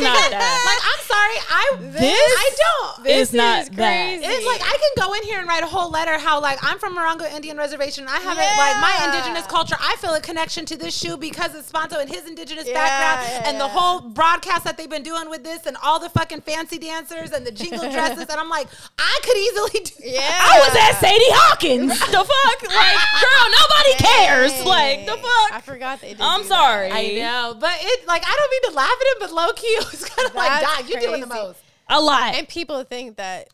not that. Like, I'm sorry. I This I don't. is not that. crazy. it's like I can go in here and write a whole letter how like I'm from Morongo Indian Reservation. I have it like my Yeah. indigenous culture. I feel a connection to this shoe because it's Sponto and his indigenous Yeah, background yeah, and the yeah. whole broadcast that they've been doing with this and all the fucking fancy dancers and the jingle dresses. and I'm like, I could easily do. yeah. I was at Sadie Hawkins. the fuck, like, girl, nobody cares. Like, the I fuck. forgot they did. I'm do sorry. I know, but it like I don't mean to laugh at him, but low key it was kind of like, That's Doc, you're doing the crazy. most. A lot. That. And people think that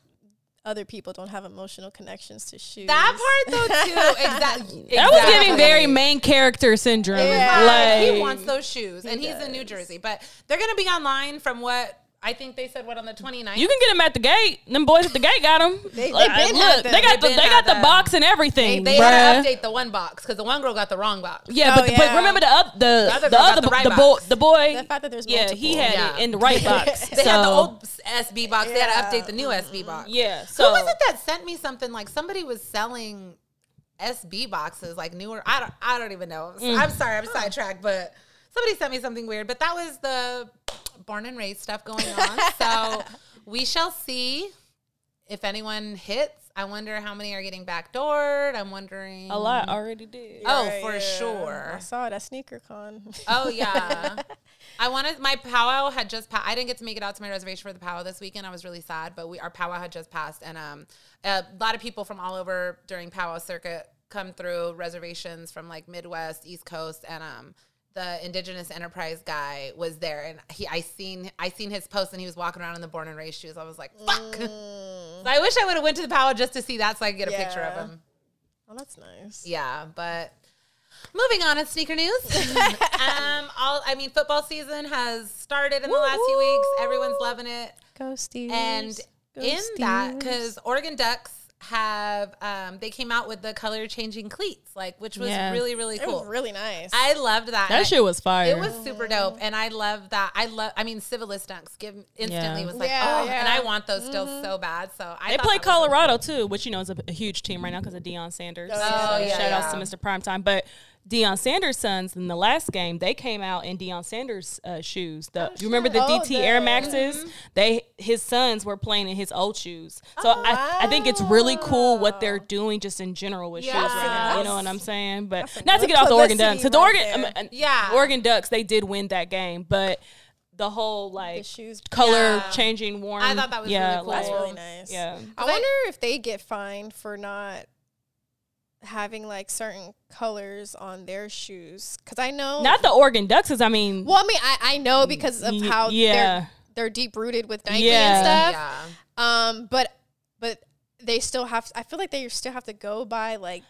other people don't have emotional connections to shoes. That part though too, exactly. That was giving very main character syndrome. Yeah. Like, Like, he wants those shoes, and he's in New Jersey, but they're gonna be online from what I think they said. What on the 29th? you can get him at the gate. Them boys at the gate got him. they Like, been had look, them. they got They the been they had got the them. box and everything. they bruh. gotta update the one box because the one girl got the wrong box. yeah, Oh, but, the, but yeah. remember the up the other the, girl got other the the, right the boy box. the boy The fact that there's yeah he multiple. had Yeah. it in the right box. They so, had the old SB box. They had to Yeah. update the new SB box. yeah. So Who was it that sent me something like somebody was selling SB boxes like newer? I don't. I don't even know. I'm sorry. I'm sidetracked, but somebody sent me something weird. But that was the born and raised stuff going on. so we shall see if anyone hits. I wonder how many are getting backdoored. I'm wondering A lot already did. Oh, Right, for yeah. I sure. saw it at SneakerCon. Oh yeah. I wanted my powwow had just passed. I didn't get to make it out to my reservation for the powwow this weekend. I was really sad, but we our powwow had just passed, and um, a lot of people from all over during powwow circuit come through reservations from like Midwest, East Coast, and um, the Indigenous Enterprise guy was there, and he I seen I seen his post, and he was walking around in the Born and Raised shoes. I was like, fuck. So I wish I would have went to the powwow just to see that, so I could get a picture Yeah. of him. oh, that's nice. Yeah, but moving on to sneaker news. um, all I mean, football season has started in the last few weeks. Everyone's loving it, Go Steve. and in that, because Oregon Ducks have um, they came out with the color changing cleats, like which was Yes. really really it was cool. really nice. I loved that. And I- That shit was fire. it was super dope, and I love that. I love. I mean, Civilist Dunks give instantly Yeah. Mm-hmm. was like, Yeah, oh, yeah. and I want those still so bad. So I They thought play that was- Colorado too, which you know is a, a huge team right now because of Deion Sanders. Oh, so yeah, shout yeah. outs to Mr. Primetime. But Deion Sanders' sons in the last game, they came out in Deion Sanders' uh, shoes. The, you remember the sure. Oh, DT Air the- Maxes? Mm-hmm. They his sons were playing in his old shoes. So I, I think it's really cool what Oh, they're doing just in general with Yeah. shoes right now. You know what I'm saying? But not to good get off the Oregon publicity Ducks. So the right Oregon, there. I mean, uh, Yeah. Oregon Ducks, they did win that game, but the whole like the shoes. color Yeah. changing warm. I thought that was really cool. That's Like- really nice. Yeah. I But- wonder if they get fined for not having like certain colors on their shoes because I know Not the Oregon Ducks, 'cause I mean, Well, I mean, I, I know because of Y- how yeah. they're they're deep rooted with Nike Yeah. and stuff. Yeah. Um, but but they still have. I feel like they still have to go by like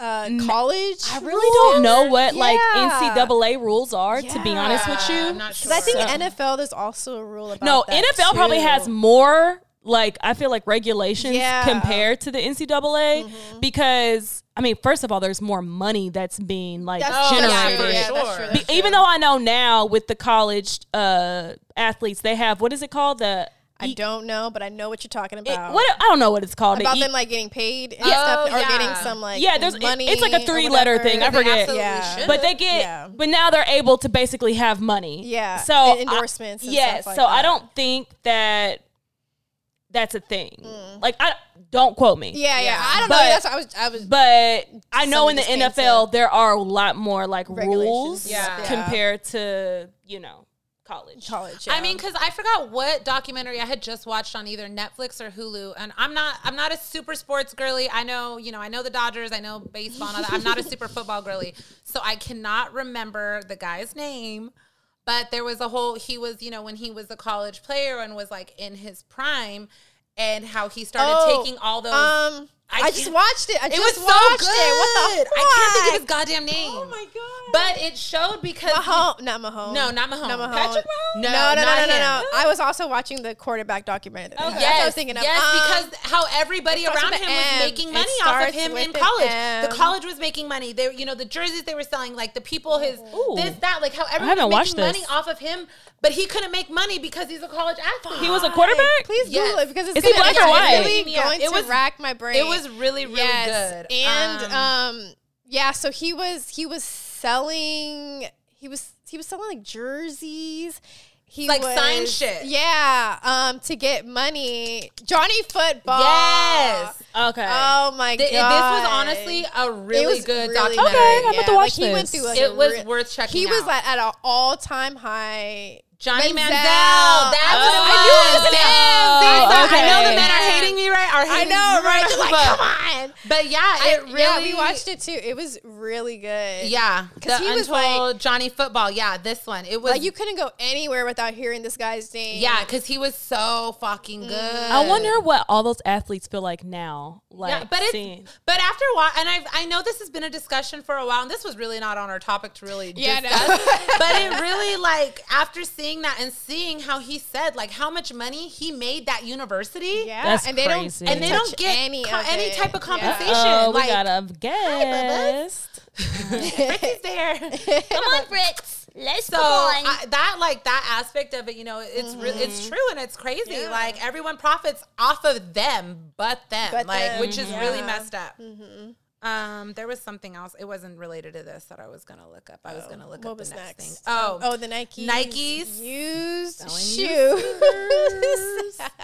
uh, college. I really don't know what like Yeah. NCAA rules are. To be honest with Yeah, you, I'm not sure. Because I think NFL there's also a rule about no that, NFL probably too. has more. Like I feel like regulations Yeah. Mm-hmm. compared to the NCAA because I mean, first of all, there's more money that's being like That's Oh, true. yeah, generated. for Yeah, that's sure. true. Be- That's true. Even though I know now with the college uh, athletes, they have what is it called the I don't know, but I know what you're talking it- about. what I don't know what it's called The about E- them like getting paid and Yeah. stuff, Oh, or yeah. getting some like Yeah, there's- it- money. it's like a or three-letter whatever. thing. I They forget. absolutely Yeah. should. But they get, Yeah. but now they're able to basically have money. Yeah, So and I- endorsements and yes. stuff like so I that. don't think that that's a thing. Like I don't quote me. Mm. Yeah, yeah, I don't But- know. That's what I was. I was. But I know in the Something just came NFL there are a lot more like rules Regulations. Yeah. Oh compared to you know college. college. I mean, because I forgot what documentary I had just watched on either Netflix or Hulu, and I'm not I'm not a super sports girly. I know you know I know the Dodgers, I know baseball, and all that. I'm not a super football girly, so I cannot remember the guy's name. But there was a whole he was you know when he was a college player and was like in his prime, and how he started Oh, taking all those. um, I I, just can't- watched it. I it just was so good. watched it. What the? Fuck? I can't think of his goddamn name. Oh my god! But it showed because he- Mahone, not Mahone. No, not Mahomes. Not Mahomes. Patrick Mahomes? No, No, no, no, not no, no, no. him. Oh, I was also watching the quarterback documentary. Okay. That's what I was thinking of. Yes, Um, because how everybody starts around with him an was M. making It money off of starts him in with an college. The M. college was making money. They, you know, the jerseys they were selling, like the people, his Ooh. this, that, like how everybody haven't was watched making money this. off of him, but he couldn't make money because he's a college athlete. He was a quarterback. please Google Yes. it because it's Is he gonna- black it's or white? Really Yeah, going it to was- rack my brain. It was really, really good. And Um, um, yeah, so he was he was selling he was he was selling like jerseys. He Like was, sign shit. Yeah, um, to get money. Johnny football. yes. Okay. Oh my Th- this god. was honestly a It really was good really documentary. Okay, I'm about to Yeah, watch like, He went this. through like It a was re- worth checking He was out. like at an all time high. Johnny Manziel. Manziel. That's what it Oh, was. I knew it was an That's M. what- I know Okay. the men are hating me, right? Are Oh, I hating know, me right? now, Like, but- come on. But yeah, it really. yeah, we watched it too. It was really good. Yeah, 'Cause the he was Untold Johnny Football. Yeah, this one. It was Like you couldn't go anywhere without hearing this guy's name. yeah, because he was so fucking Mm. good. I wonder what all those athletes feel like now. Like, Yeah, but seeing- it's but after a while, and I I know this has been a discussion for a while, and this was really not on our topic to really Yeah, no. discuss. but it really like after seeing that and seeing how he said like how much money he made that university, Yeah, That's and they crazy. don't and they touch don't get any, any of any it. type of Yeah. compensation. oh, we like got a guest. Fritz is there. Come on, Fritz. Let's so I, that like that aspect of it, you know, it's re- it's true and it's crazy. Mm-hmm. Yeah. Like everyone profits off of them, but them, But like them. which is really Yeah. Mm-hmm. messed up. Um, there was something else. It wasn't related to this that I was gonna look up. I was gonna look Oh, up What the was next, next? thing. Oh, Oh, the Nikes. Nikes. used Selling shoes.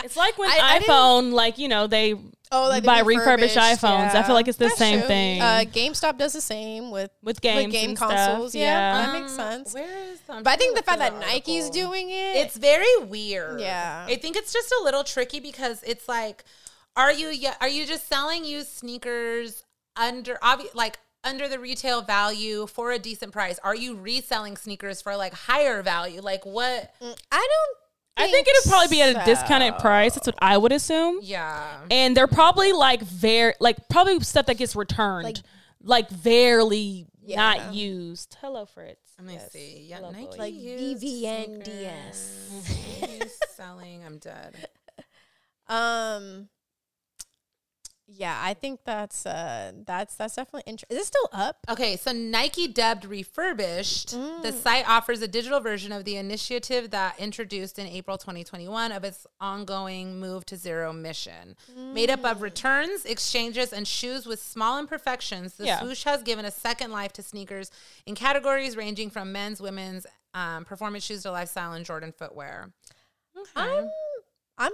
It's like when I- I didn't- iPhone, like you know, they Oh, like the buy refurbished iPhones. I yeah. feel like it's the That's same true. thing. Uh, GameStop does the same with with games, with game and consoles. Stuff. Yeah, Yeah. that makes sense. Um, Where is? I'm But I trying think to the fact look that for Nike's article. doing it, It's very weird. Yeah. I think it's just a little tricky because it's like, are you yeah, are you just selling used sneakers under obvi- like under the retail value for a decent price? Are you reselling sneakers for like higher value? Like what? mm, I don't. I think it'd probably be at a discounted so. price. That's what I would assume. Yeah. And they're probably like very like probably stuff that gets returned, like, Like- barely Yeah. not used. Hello, Fritz. Let me see. Yeah, Hello, Nike boy. Like used BVNDS. sneakers. What are you selling. I'm dead. Um. Yeah, I think that's uh that's that's definitely interesting. Is it still up? Okay, so Nike dubbed refurbished. The Mm. site offers a digital version of the initiative that introduced in April 2021 of its ongoing move to zero mission. Made up Mm. of returns, exchanges, and shoes with small imperfections, the Yeah. swoosh has given a second life to sneakers in categories ranging from men's, women's, um, performance shoes to lifestyle and Jordan footwear. I'm I'm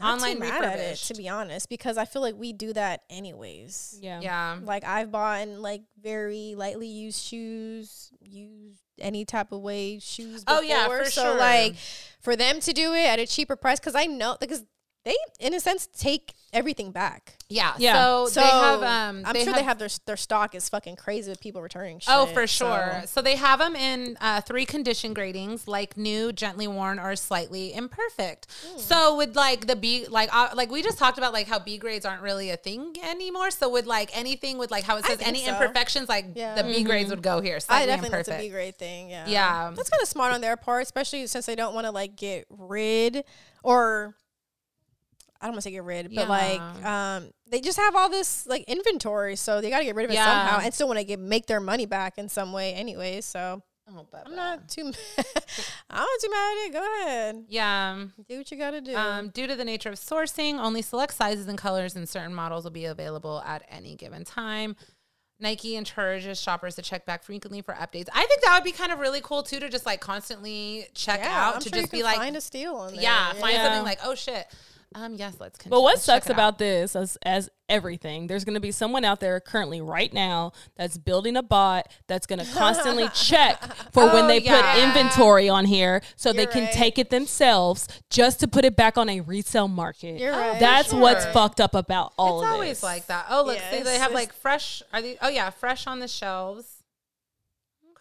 not Online too mad at it refurbished. to be honest because I feel like we do that anyways. Yeah. Yeah. Like I've bought like very lightly used shoes, used any type of way shoes. Before. Oh, yeah, for so sure. like for them to do it at a cheaper price because I know because they in a sense take everything back. Yeah. Yeah. So, So they have um I'm sure they have their their stock is fucking crazy with people returning. Shit, Oh, for so- sure. So, they have them in uh, three condition gradings, like new, gently worn, or slightly imperfect. Hmm. So would like the B, like uh, like we just talked about, like how B grades aren't really a thing anymore. So would like anything with like how it says think any so. imperfections, like Yeah. the B grades would go here. Slightly I definitely imperfect. think that's a B grade thing. Yeah. Yeah. That's kind of smart on their part, especially since they don't want to like get rid or I don't want to say get rid, but like um, they just have all this like inventory, so they got to get rid of it Yeah. somehow and still want to get make their money back in some way anyway. So Oh, but I'm not too, I'm not too mad at it. Go ahead, Yeah. do what you got to do. Um, due to the nature of sourcing, only select sizes and colors and certain models will be available at any given time. Nike encourages shoppers to check back frequently for updates. I think that would be kind of really cool too to just like constantly check yeah, out I'm to sure you just can be like, find a steal on there. yeah, find Yeah. something like, oh shit, um, yes, let's. Continue. But what let's check sucks it out." about this, as, as everything, there's going to be someone out there currently right now that's building a bot that's going to constantly check for when Oh, they put yeah. inventory on here so they You're can right. take it themselves just to put it back on a resale market. Oh, You're right. That's what's sure. fucked up about all It's of always this. like that. Oh, look, Yeah, they- they it's- have it's- like fresh. Are they? Oh yeah, fresh on the shelves.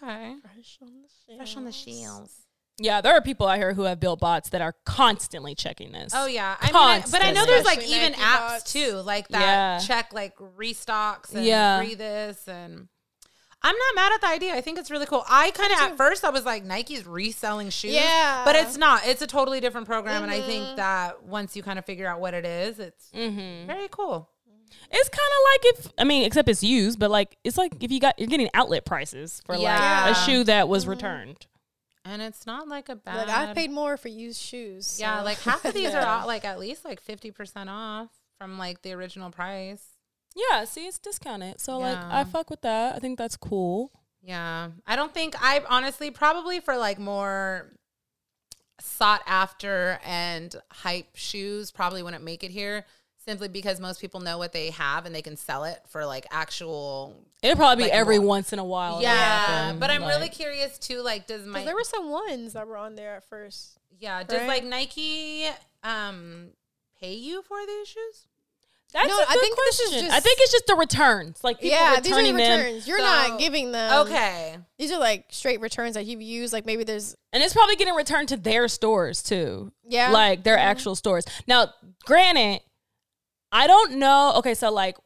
Okay, fresh fresh on the shelves. Yeah, there are people out here who have built bots that are constantly checking this. Oh yeah, I mean, I, but I know there's like Especially even Nike apps bots. too, like that Yeah. check like restocks and Yeah. re this and. I'm not mad at the idea. I think it's really cool. I kind of at first I was like Nike's reselling shoes, Yeah. but it's not. It's a totally different program, and I think that once you kind of figure out what it is, it's very cool. It's kind of like if I mean, except it's used, but like it's like if you got you're getting outlet prices for Yeah. like a shoe that was returned. And it's not like a bad. Like I paid more for used shoes. yeah, so- like half of these are all, like at least like fifty percent off from like the original price. Yeah, see, it's discounted, so like I Yeah. fuck with that. I think that's cool. Yeah. I don't think I honestly probably for like more sought after and hype shoes probably wouldn't make it here simply because most people know what they have and they can sell it for like actual It'll probably be Like every more. once in a while. it'll yeah happen, but i'm really like- curious too like does my Because there were some ones that were on there at first. yeah does right? like nike um pay you for these shoes That's No, a good I think this question. is I just- think it's just the returns, like people yeah, these are returning them, returns. You're So- not giving them. okay These are like straight returns that you've used. Like maybe there's and it's probably getting returned to their stores too. yeah. like their actual stores. Now, granted, I don't know. Okay, so like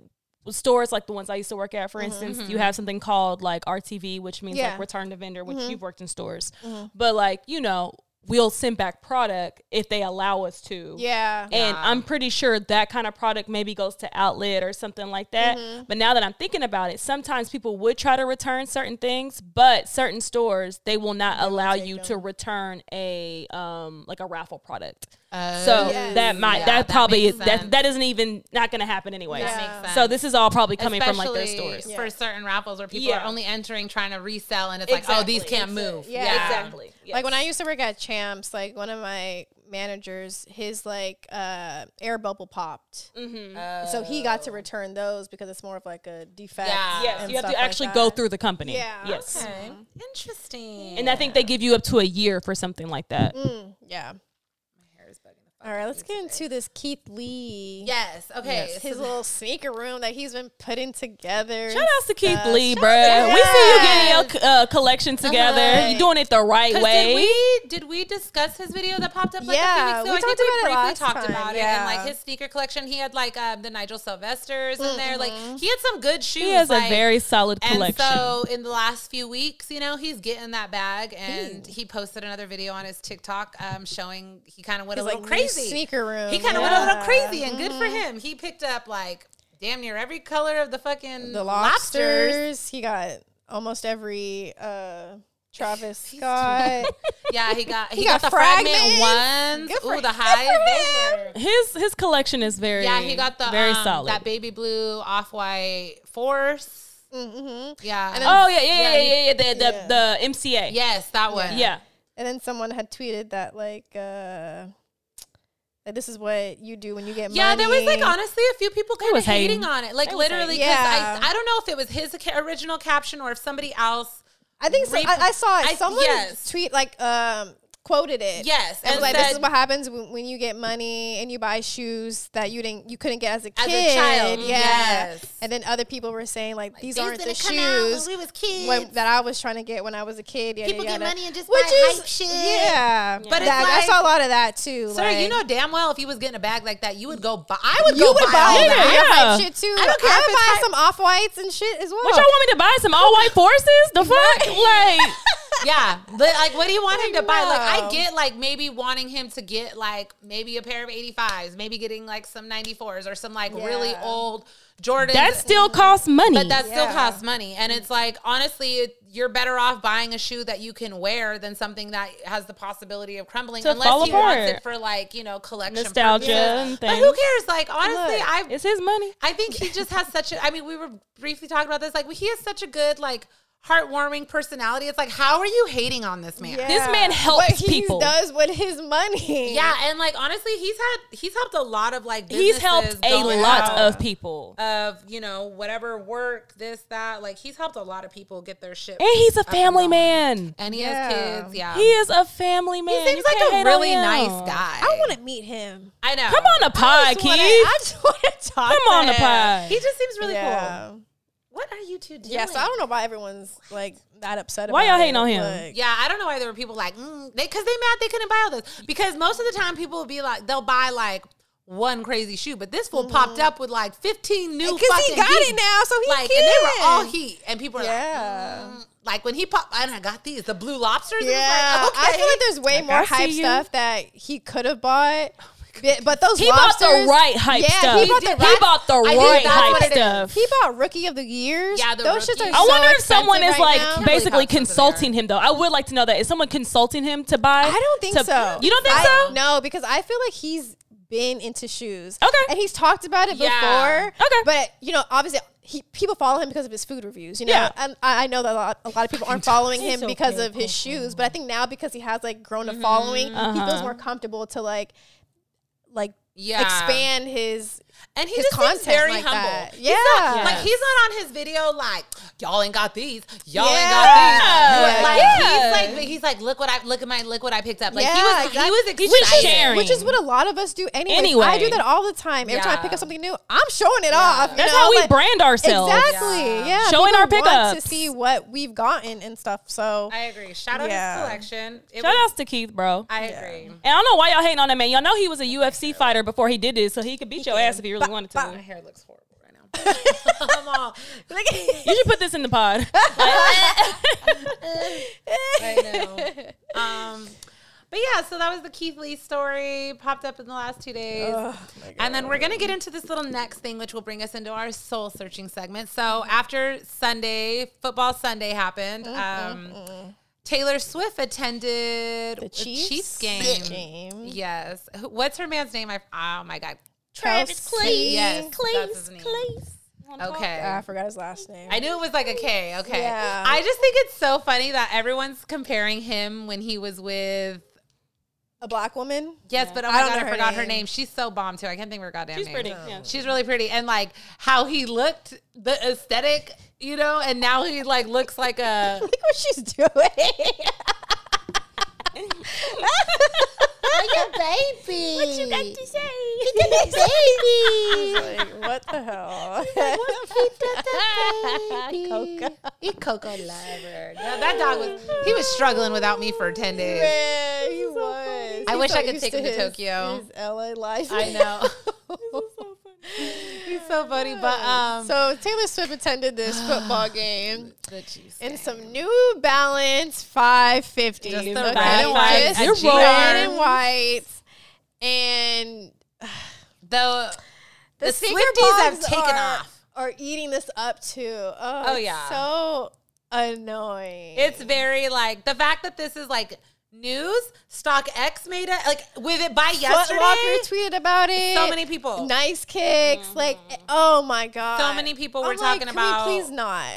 stores like the ones I used to work at, for instance, you have something called like RTV, which means Mm-hmm, Yeah. Mm-hmm. like return to vendor, which you've worked in stores. But like you know, we'll send back product if they allow us to. yeah. And I'm pretty sure that kind of product maybe goes to outlet or something like that. But now that I'm thinking about it, sometimes people would try to return certain things, but certain stores they will not allow you to return a um like a raffle product. Oh, So Yes. that might Yeah, that that probably makes is that sense. that isn't even not going to happen anyway. that Yeah. makes sense. So this is all probably coming from like their Especially stores. for certain raffles where people Yeah. are only entering trying to resell, and it's like, oh, these can't Exactly. move. Yeah. Exactly. Like when I used to work at Champs, like one of my managers, his like uh, air bubble popped, Mm-hmm. so he got to return those because it's more of like a defect. Yeah. yes, and you have stuff to like actually that. go through the company. Yeah. Yes. Okay. Mm-hmm. Interesting. And I think they give you up to a year for something like that. Mm, yeah. My hair is bugging the fuck All right, out let's of get me into this Keith Lee. today. Yes. Okay. Yes. so His little sneaker room that he's been putting together. Shout out to Keith Uh, Lee, shout bruh. out- We see you Yes. getting your uh, collection together. Uh-huh. You're doing it the right 'Cause way. Did we did we discuss his video that popped up like Yeah, a few we weeks ago? I think talked we about it briefly last talked time, about yeah. it and like his sneaker collection. He had like um, the Nigel Sylvester's in there. Like Mm-hmm. he had some good shoes. He has like, a very solid and collection. so in the last few weeks, you know, he's getting that bag, and he posted another video on his TikTok um, showing he kind of went His, a little like, new crazy. sneaker room. He kind of went a little Yeah. Mm-hmm. crazy, and good for him. He picked up like damn near every color of the fucking the lobsters. lobsters. He got almost every uh, Travis He's too- Scott. Yeah, he got he, got got, the fragment fragments. ones. Good for- Ooh, the good for highs. they were- his his collection is very Yeah, he got the very um, solid. that baby blue off white force. hmm Yeah. And then- oh yeah, yeah, yeah, Yeah, yeah, he- yeah, The, the, yeah. the MCA. Yeah. yes, that one. yeah. And then someone had tweeted that like, uh, that this is what you do when you get Yeah, money. there was like honestly a few people kind of was hating. hating. on it. Like They was literally, hating. because Yeah. I, I don't know if it was his ca- original caption or if somebody else. I think so, I, Rep- I saw it. I- Someone yes. tweet like um quoted it. Yes, and, and was like this said- is what happens when, when you get money and you buy shoes that you didn't you couldn't get as a As kid. a child, yeah. yes. And then other people were saying like these, aren't the didn't come out shoes when we was kids. when, that I was trying to get when I was a kid. Yada, People get yada. money and just buy hype shit. Yeah, But it's That- I like- saw a lot of that too. Sir, like, you know damn well if you was getting a bag like that, you would go buy. I would you go would buy, buy, all all yeah. that. that. I would buy shit too. I don't care I if would it's buy hype. some off whites and shit as well. What y'all want me to buy some all white forces? The fuck? Like Yeah, but like, what do you want him to buy? Like, no. I get like maybe wanting him to get like maybe a pair of eighty fives, maybe getting like some ninety fours or some like really Yeah. old Jordans. that still costs money. but that still Yeah. costs money, and it's like honestly, it, you're better off buying a shoe that you can wear than something that has the possibility of crumbling, To unless fall he wants apart. it for like you know collection Nostalgia purposes. and But who things. cares? Like honestly, Look, I it's his money. I think he just has such a. I mean, we were briefly talking about this. Like, he has such a good, like, heartwarming personality. It's like, how are you hating on this man? Yeah. This man helps what he people. does with his money. and like honestly, he's had he's helped a lot of like He's helped a businesses going lot out of people. of you know whatever work this that like he's helped a lot of people get their shit. and he's a family man. and he Yeah. has kids. Yeah, He is a family man. he seems You can't like a hate really on him. nice guy. I want to meet him. I know. Come on the pod, Just wanna- Keith. I just want to talk. Come to on the him. pod. He just seems really yeah. cool. What are you two doing? Yeah, so I don't know why everyone's like that upset. Why about y'all hating it, on him? like- Yeah, I don't know why there were people like mm, they because they mad they couldn't buy all this because most of the time people will be like they'll buy like one crazy shoe, but this fool popped up with like fifteen new Because fucking Mm-hmm. he got heat. it now, so he like and they were can. all heat and people are Yeah. like mm, like when he popped and I got these the blue lobsters and it's Yeah, like, okay. I feel like there's way more I hype see you. Oh stuff that he could have bought. Bi- but those He bought the lobsters- right hype yeah, stuff. He bought the He right, bought the I think right that's what hype it is. stuff. he bought rookie of the years. Yeah, the those shits rookie. are. I I so wonder if someone is expensive right like now. believe basically how expensive they consulting are. him though. I would like to know that. Is someone consulting him to buy? I don't think to- so. You don't think I- so? No, because I feel like he's been into shoes. Okay. And he's talked about it Yeah. before. Okay. But, you know, obviously, he, people follow him because of his food reviews, you know? Yeah. And I, I know that a lot, a lot of people aren't following him It's because okay, of his shoes, but I think now because he has, like, grown a Mm-hmm. following, he Uh-huh. feels more comfortable to, like, like, Yeah. expand his. and he his just seems content very like humble. that. He's not- Yeah. like he's not on his video like y'all ain't got these, y'all ain't Yeah. got these. Like Yeah. he's like he's like look what I look at my look what I picked up. Like Yeah, he was exactly. he was He's excited. just sharing. Which is what a lot of us do anyway. Anyway. I do that all the time. Every time I pick Yeah. up something new, I'm showing it off. you That's know? how we Like, brand ourselves. Exactly. Yeah. Yeah. Showing people our want pickups. to see what we've gotten and stuff. So I agree. Shout out Yeah. his collection. It Shout was, outs to Keith, bro. I agree. and I don't know why y'all hating on that man. Y'all know he was a UFC fighter before he did this, so he could beat your ass if he really wanted to. My hair looks horrible right now. I'm all, Look at- You should put this in the pod. I know. Um, but yeah, so that was the Keith Lee story popped up in the last two days. and then we're going to get into this little next thing, which will bring us into our soul Mm-hmm. searching segment. So after Sunday, football Sunday happened. Um, Taylor Swift attended Mm-hmm. The a Chiefs, Chiefs game. game. Yes. Who- What's her man's name? I oh my god. Travis Kelsey. Yes, that's his name. Okay. Ah, I forgot his last name. I knew it was like a K. Okay. Yeah. I just think it's so funny that everyone's comparing him when he was with. a black woman. Yes, but oh I my don't god, know I her forgot her name. name. She's so bomb too. I can't think of her goddamn She's name. pretty. Yeah. She's really pretty, and like how he looked, the aesthetic, you know, and now he like looks like a. Look what she's doing. Like a baby. What you got to say? a baby. She's like, what the hell? Baby. Coco. Eat Coco lover. No, that dog was. He was struggling without me for ten days. Yeah, he was. I He's wish so I could used take him to his- Tokyo. His LA life. I know. He's so funny, but um. so Taylor Swift attended this football game the Chiefs. in some New Balance 550. Just the Look red at it, ones, just the red jeans. and white, and the the, The sneaker Swifties have bombs taken are, off. Are eating this up too? Oh, Oh, it's yeah. so annoying. It's very like the fact that this is like news. Stock X made it like with it by Foot Locker yesterday. tweeted about it. So many people. Mm-hmm. nice kicks. Like, oh my god, So many people were I'm like, talking can about- We please not.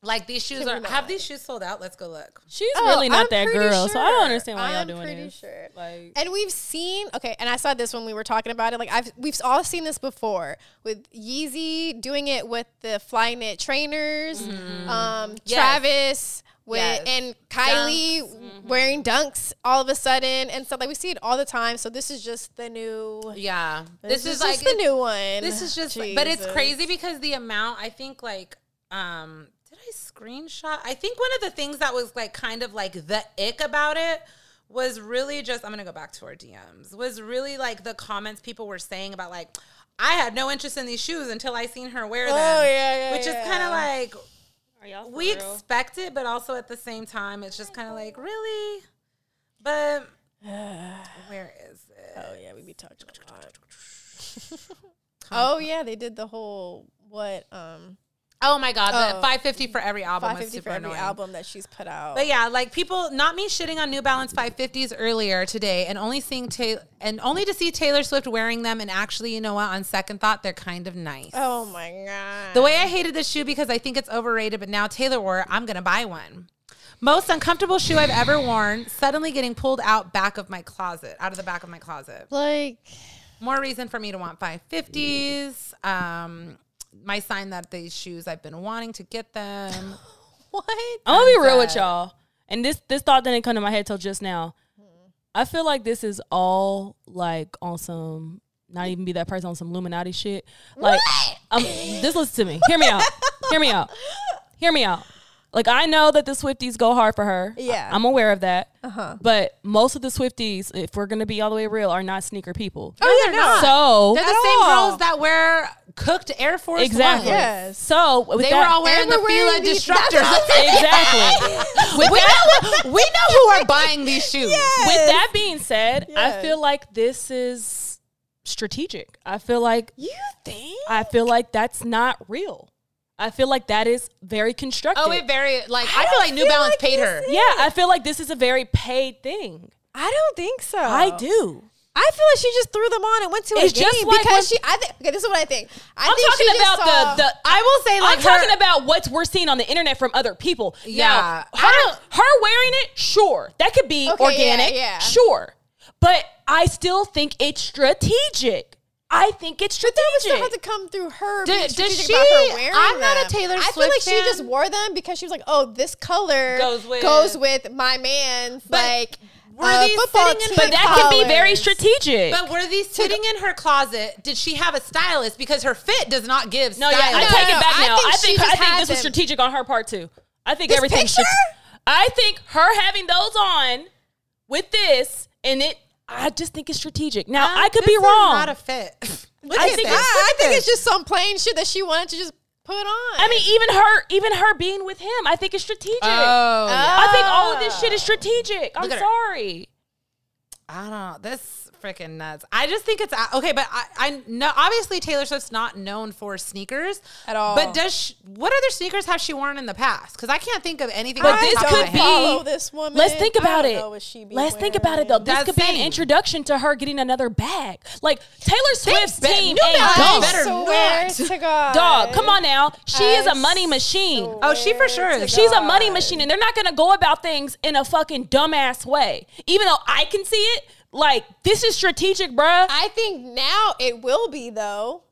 Like these shoes Can we are. not? Have these shoes sold out? Let's go look. She's Oh, really not I'm that pretty girl, so I sure. don't understand why y'all I'm doing pretty this. sure. Like, And we've seen okay, and I saw this when we were talking about it. Like I've we've all seen this before with Yeezy doing it with the Flyknit trainers, um, Mm-hmm. Yes. Travis with Yes. Mm-hmm. and Kylie wearing dunks all of a sudden and stuff. Like we see it all the time. So this is just the new. Yeah, This, is, like just the new one. This is just, but it's Jesus. crazy because the amount. I think like, um, did I screenshot? I think one of the things that was like kind of like the ick about it was really just. I'm gonna go back to our DMs. Was really like the comments people were saying about like, I had no interest in these shoes until I seen her wear them. Oh yeah, yeah. Which yeah. is kind of like are y'all we expect it, but also at the same time, it's just kind of like really. But where is it? Oh yeah, we be talking a lot. oh yeah, they did the whole what um Oh my god, the Oh. 550 for every album was 550 super for every annoying. album that she's put out. But yeah, like people, not me shitting on New Balance 550s earlier today, and only seeing Taylor, and only to see Taylor Swift wearing them, and actually, you know what? On second thought, they're kind of nice. Oh my god. The way I hated this shoe because I think it's overrated, but now Taylor wore it, I'm gonna buy one. Most uncomfortable shoe I've ever worn. Suddenly getting pulled out back of my closet, out of the back of my closet. like More reason for me to want 550s. Um, my sign that these shoes I've been wanting to get them. what? I'm gonna be real with y'all. And this this thought didn't come to my head till just now. Hmm. I feel like this is all like on some not even be that person on some Illuminati shit. Like um just listen to me. Hear me out. Hear me out. Hear me out. Like I know that the Swifties go hard for her. Yeah. I, am aware of that. Uh-huh. But most of the Swifties, if we're gonna be all the way real, are not sneaker people. Oh, yeah, no. So They're the At same all. girls that wear cooked Air Force exactly. Ones. Yes. So with They that, were all wearing were the Fila wearing the- Destructors. exactly. we, know, we know who are buying these shoes. With that being said, I Yes. feel like this is strategic. I feel like you think? I feel like that's not real. I feel like that is very constructed. Oh, it very like I, feel like New feel Balance like paid this her. yeah, I feel like this is a very paid thing. I don't think so. I do. I feel like she just threw them on and went to a It's game just like when- because she. I think. Okay, this is what I think. I I'm think talking she just about saw- the the. I will say like I'm talking her- about what we're seeing on the internet from other people. Yeah. now, her, her wearing it, sure, that could be Okay, yeah, organic, yeah. sure, but I still think it's strategic. I think it's strategic. It still had to come through her. Did- being does she- strategic about her wearing I'm not a them. Taylor I feel like Swift she just fan. wore them because she was like, "Oh, this color Goes with- goes with my man's like were uh, these football sitting in team her- but that can be very collars." strategic. But were these sitting in her closet? Did she have a stylist? Because her fit does not give. No, yeah, I stylist. take it no, back I now. think I she think just I think had this was them. strategic on her part too. I think This everything's. picture? I think her having those on with this and it. I just think it's strategic. Now I could Ah, This be is wrong. Not a fit. Look I at think this. it's- I Look at think this. it's just some plain shit that she wanted to just put on. I mean, even her, even her being with him, I think it's strategic. Oh, yeah. Ah. I think all of this shit is strategic. I'm at her. sorry. I don't know. This freaking nuts. I just think it's uh, okay, but I, I know obviously Taylor Swift's not known for sneakers At all. But does she, what other sneakers has she worn in the past? Because I can't think of anything. But off the this top of could my be- head. follow this woman. Let's think I about don't it. know what she be Let's think wearing. about it though. This That's could be an it. introduction to her getting another bag. Like Taylor Swift's bet- team you ain't guys dumb. better- Swear not. to God. Dog, come on now. She is I a money machine. Oh, she for sure is. She's a money machine, and they're not gonna go about things in a fucking dumbass way. Even though I can see it, like this is strategic, bruh. I think now it will be though.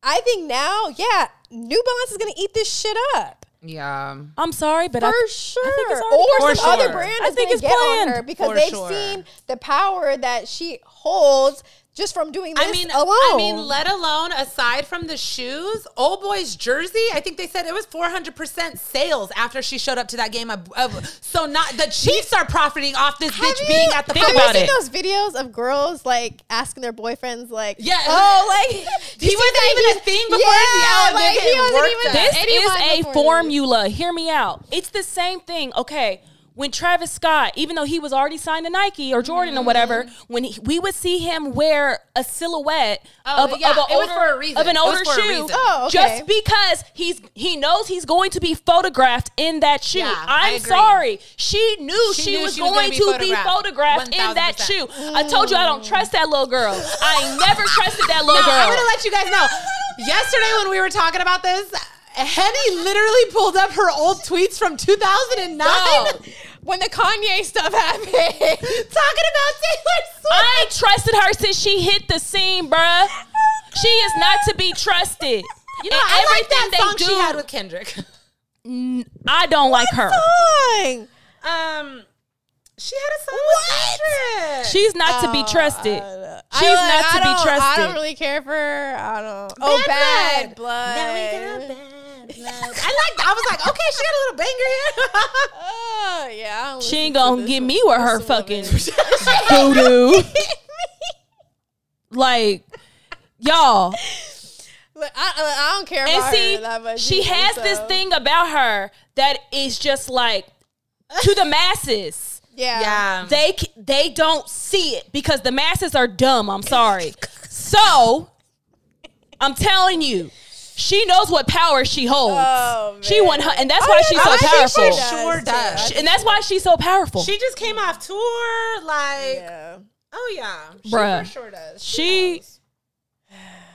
I think now, yeah, New Balance is gonna eat this shit up Yeah. I'm sorry, but for I, sure. think it's already or planned. some For other sure. brand I is think gonna it's get on planned. her because For they've sure. seen the power that she holds just from doing this I mean, alone. I mean, let alone aside from the shoes, old boy's jersey. I think they said it was four hundred percent sales after she showed up to that game. Of, of- so not the Chiefs are profiting off this bitch being at the Think fucking- about Have it. you seen those videos of girls like asking their boyfriends like, Yeah. oh, like He wasn't even a thing before yeah, he's out. like, They're he getting wasn't worked even- up. This anyone is a before you. formula. Hear me out. It's the same thing. Okay. When Travis Scott, even though he was already signed to Nike or Jordan Mm-hmm. or whatever, when he, we would see him wear a silhouette Oh, of, yeah, of, an it was older, for a reason. of an It was older for a shoe, reason. Oh, okay. just because he's he knows he's going to be photographed in that shoe. Yeah, I I'm agree. sorry, she knew She she, knew was she was gonna going be to be photographed. photographed in that 1000%. shoe. I told you I don't trust that little girl. I never trusted that little No, girl. I'm gonna let you guys know. Yesterday when we were talking about this, Henny literally pulled up her old tweets from 2009. Dog. when the Kanye stuff happened. Talking about Taylor Swift. I ain't trusted her since she hit the scene, bruh. She is not to be trusted. You know, And I like that they song do, she had with Kendrick. I don't like her. Dang. Um, she had a song with Kendrick. She's not to be Ah, trusted. I She's like- not I to be don't- I trusted. don't really care for her. I don't. oh, bad blood. There we go, bad blood. I like. I was like, okay, she got a little banger here. Oh yeah. I don't she listen ain't to gonna this get one. me with her This woman. fucking voodoo. like, y'all. Look, I, uh, I- I don't care And about her that see, much. she either, has this so. thing about her that is just like to the masses. Yeah. Yeah. they c- they don't see it because the masses are dumb. I'm sorry. So I'm telling you, she knows what power she holds. Oh, she man. won her, and that's why she's so I think she powerful. sure does. Sh- and that's why she's so powerful. She, She just came off tour. Like, Yeah. oh yeah, she Bruh. for sure does.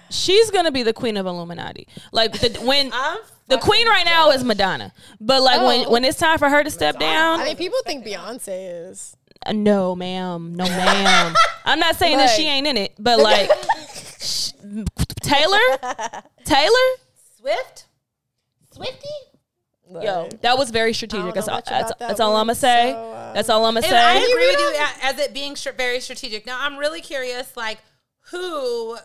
she's gonna be the queen of Illuminati. Like the, when I'm the queen right now is Madonna, but like when Oh. when it's time for her to step down, I mean, people think Beyonce is. Uh, no, ma'am, no, ma'am. I'm not saying that she Like- ain't in it, but like sh- Taylor, Taylor, Swift. Swifty? Yo, that was very strategic. don't That's know all. much That's, about that that's all I'm one, gonna say. so, uh, that's all I'm gonna And I say. agree with you a- as it being str- very strategic. Now, I'm really curious, like who.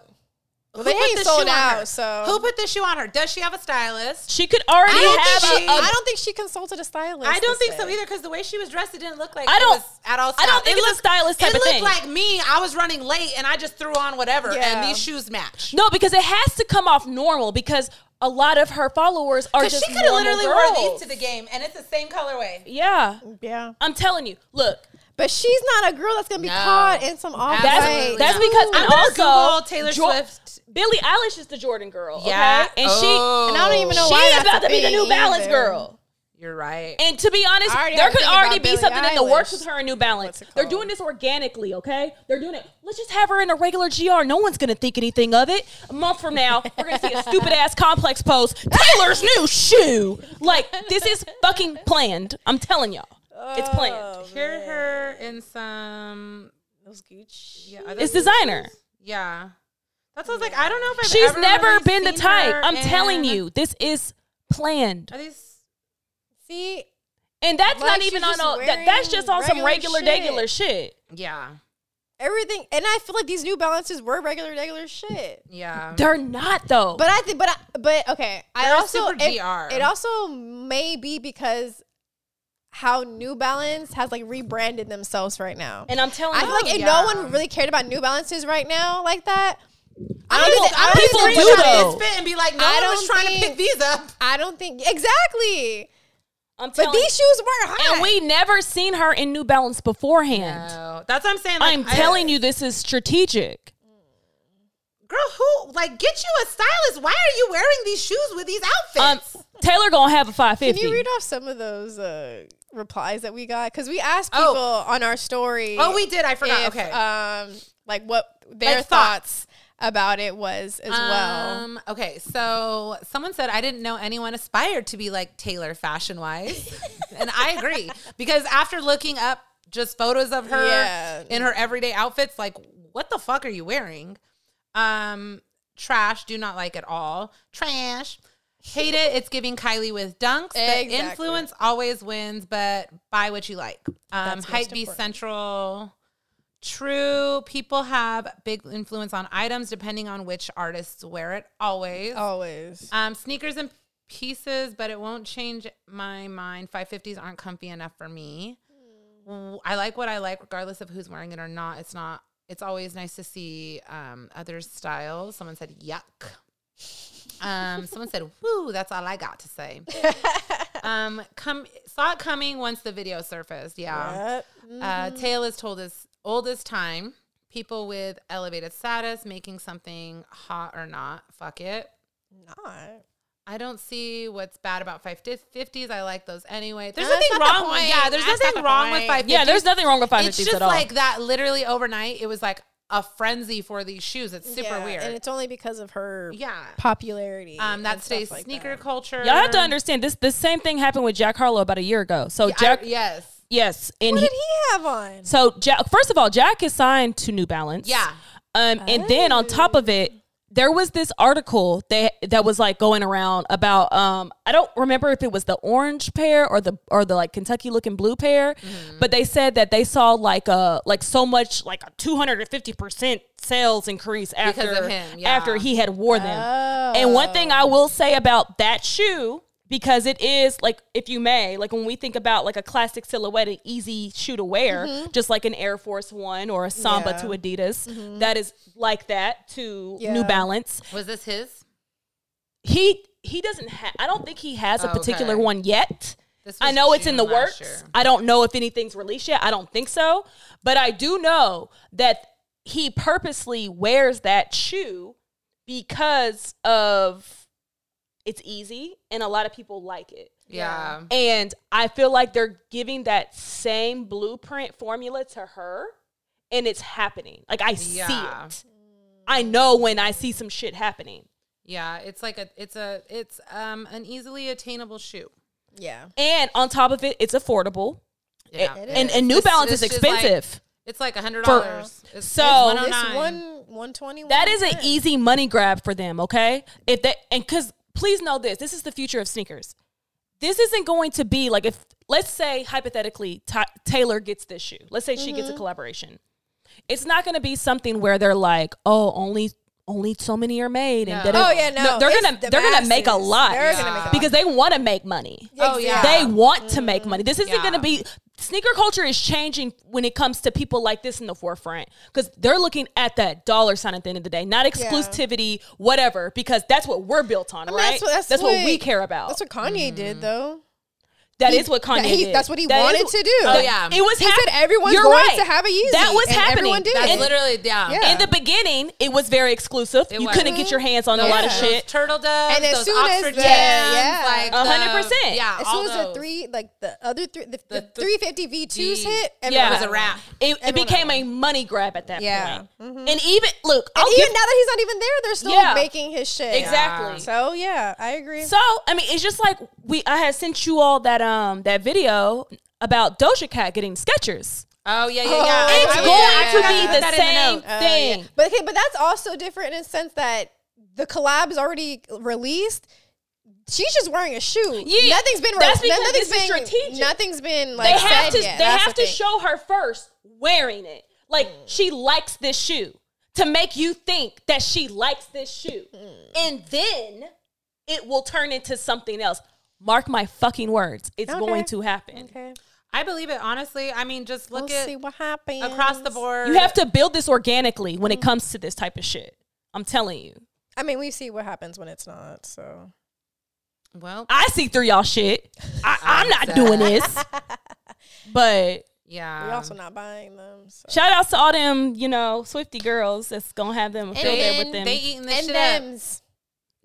who they put ain't the sold shoe on her? out, so- who put the shoe on her? Does she have a stylist? She could already I don't, think have she, a. a I don't think she consulted a stylist. I don't this think so way. either because the way she was dressed, it didn't look like I it don't- was at all. I styled. don't think it's a looked- stylist type it of looked thing. like me. I was running late and I just threw on whatever, Yeah. and these shoes match. no, because it has to come off normal because a lot of her followers are Because just she could have literally girls. worn these to the game, and it's the same colorway. Yeah, Yeah. I'm telling you. Look, But she's not a girl that's gonna be No. caught in some off that's Absolutely that's not. because I'm and gonna also Google Taylor Jor- Swift. Billie Eilish is the Jordan girl. Yeah. okay? and Oh. And I don't even she know she why is that's about a to be the thing New Balance either. girl. You're right. And to be honest, I already there have a could thing about already be Billie something in the works Eilish. with her and New Balance. What's it They're called? doing this organically, okay? They're doing it. Let's just have her in a regular GR. No one's gonna think anything of it. A month from now, we're gonna see a stupid ass complex post. Taylor's new shoe. Like this is fucking planned. I'm telling y'all, it's planned. Hear her in some. Those Gucci. Yeah, are those- It's designer. Yeah, that's what I was like. I don't know if I've She's ever never really been the seen type. her I'm telling in- you, this is planned. Are these? See, And that's Like, not she's even on just a. That, that's just on wearing some regular, regular shit. regular shit. Yeah, everything, and I feel like these New Balances were regular, regular shit. yeah. They're not though. But I think, but I, but okay, I They're also super it, GR. it also may be because how New Balance has like rebranded themselves right now. and I'm telling I you, feel like if yeah. no one really cared about New Balances right now like that. I People- think- I think people they do, would have- though. It's fit and be like, no I one was don't trying to think- pick these up. I don't think exactly. I'm But telling these shoes were hot. and we never seen her in New Balance beforehand. No, that's what I'm saying. Like, I'm I- telling you, this is strategic. girl, who like get you a stylist? Why are you wearing these shoes with these Um, outfits? Taylor gonna have a five Can fifty. you read off some of those uh, replies that we got? Because we asked people Oh. on our story. oh, we did. I forgot. if, okay. Um, like what their Like thoughts. about it was as well. Um, okay, so someone said I didn't know anyone aspired to be like Taylor fashion wise, and I agree because after looking up just photos of her Yeah. in her everyday outfits, like what the fuck are you wearing? Um, trash. Do not like at all. Trash. Hate it. It's giving Kylie with dunks. Exactly. The influence always wins, but buy what you like. Um, most hype be important. central. True. People have big influence on items depending on which artists wear it, always. Oh. Always. Um, sneakers and pieces, but it won't change my mind. 550s aren't comfy enough for me. W- I like what I like, regardless of who's wearing it or not. It's not, it's always nice to see um, other styles. Someone said, yuck. Um, someone said, woo, that's all I got to say. um, come, saw it coming once the video surfaced. Yeah. Uh, Mm-hmm. Tale is told as old as time. People with elevated status making something hot or not. Fuck it. Not. I don't see what's bad about 550s. I like those anyway. There's No, that's nothing not the wrong. with point. yeah, there's That's not nothing the wrong with point. 550s. yeah, there's nothing wrong with five It's fifties just at all. like that. Literally overnight, it was like a frenzy for these shoes. It's super Yeah, weird. And it's only because of her yeah. popularity. Um, and that's stuff today's like sneaker that. culture. Y'all have to understand this. The same thing happened with Jack Harlow about a year ago. So I- Jack, yes. yes, and What he, did he have on? so Jack. First of all, Jack is signed to New Balance. Yeah. Um, and then on top of it, there was this article that that was like going around about um I don't remember if it was the orange pair or the or the like Kentucky looking blue pair, Mm-hmm. but they said that they saw like a like so much like a two hundred and fifty percent sales increase Because after of him, yeah. Oh. after he had wore them. And one thing I Oh. will say about that shoe because it is like if you may like when we think about like a classic silhouette an easy shoe to wear just like an air force one or a samba Mm-hmm. Yeah. Mm-hmm. to adidas that is like that to Yeah. new balance Was this his? he he doesn't have i don't think he Oh, has a particular Okay. one yet This i was know it's in June the last works year. i don't know if anything's released yet i don't think so but i do know that he purposely wears that shoe because of it's easy and a lot of people like it Yeah. and I feel like they're giving that same blueprint formula to her and it's happening. Like I Yeah. see it. I know when I see some shit happening. Yeah, it's like a it's a it's um an easily attainable shoe. Yeah. And on top of it, it's affordable. Yeah. It And, is. and New This- Balance this is is like- expensive. It's like a hundred dollars. It's- oh so- it's This 109. one one twenty. that is an easy money grab for them, okay? If they and cuz please know this, this is the future of sneakers. This isn't going to be like if let's say hypothetically Ta Taylor gets this shoe. Let's say she Mm-hmm. gets a collaboration. It's not going to be something where they're like, "Oh, only only so many are made." And No. da-da. Oh, yeah, no. they're It's gonna the they're gonna make a masses. lot They're gonna make a lot. because they want to make money. Oh, yeah. They want to make money. This isn't Yeah. going to be sneaker culture is changing when it comes to people like this in the forefront because they're looking at that dollar sign at the end of the day, not exclusivity, whatever, because that's what we're built on, right? That's, what- that's what, we care about. That's what Kanye did, though. That he- is what Kanye that he- did. that's what he That wanted to do. Oh, yeah. it was. He said everyone's You're going right. to have a Yeezy. That was and happening. Everyone did. That's And- literally yeah. Yeah. In the beginning, it was very exclusive. It you was. couldn't get your hands on a Those- lot of Yeah. those shit. Turtle doves, And as those soon as oxford the- jams, yeah. like A hundred the- percent. Yeah, As all soon as the those. three, like the other three, the, the, The 350 V2s hit, Yeah. everyone it was a wrap. It, it Everyone became a money grab at that Yeah. Mm-hmm. point. And even look, I'll Even give- now that he's not even there, they're still Yeah. making his shit. exactly. So yeah, I agree. So I mean, it's just like we. I had sent you all that um that video about Doja Cat getting Skechers. Oh yeah, yeah, yeah. Oh, I- It's I- yeah. going I to forgot be put the that in same note. Oh, Uh, thing. yeah. But okay, but that's also different in the sense that the collab is already released. She's just wearing a shoe. Yeah, nothing's been. that's because nothing's this is been, strategic. Nothing's been They like have said to. yet. They That's have the to thing. Mm. show her first wearing it. Like she likes this shoe to make you think that she likes this shoe, Mm. and then it will turn into something else. Mark my fucking words. It's Okay. going to happen. Okay, I believe it honestly. I mean, just look we'll at see what happens across the board. You have to build this organically when it Mm. comes to this type of shit. I'm telling you. I mean, we see what happens when it's not. So Well, I see through y'all shit. I, I'm not doing this. But yeah. We're also not buying them. So. shout outs to all them, you know, Swifty girls that's gonna have them feel there with they, them. they eating this And shit up. them's.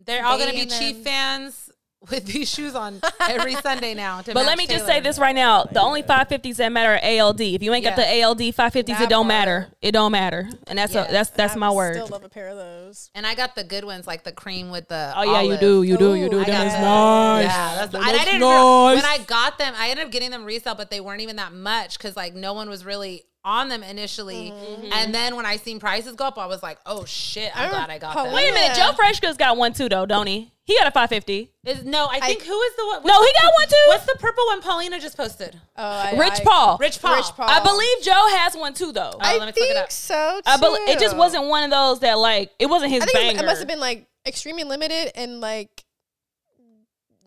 They're all gonna They be and Chief them. fans with these shoes on every Sunday now. to but match let me just Taylor. say this right now: the only 550s that matter are ALD. If you ain't got Yeah. the ALD 550s, it That don't part. matter. It don't matter, and that's Yeah. a, that's that's I my would word. Still love a pair of those. and I got the good ones, like the cream with the. Oh yeah, you olive. do, you do, you Ooh, do. I Them got is that. nice. Yeah, that's Them and I is didn't. nice. When I got them, I ended up getting them resale, but they weren't even that much because like no one was really on them initially. And then when I seen prices go up, I was like, oh shit, I'm I glad I got them. remember- Wait a minute, Yeah. Joe Freshgood's got one too, though, don't he? He got a 550. Is- no, I think who is the one? No, he got one too. What's the purple one Paulina just posted? Oh, I, Rich I- Paul. Rich Paul. Rich Paul. I believe Joe has one too, though. Oh, I let me think look it up. so too. I bel it just wasn't one of those that like it wasn't his I think banger. it must have been like extremely limited and like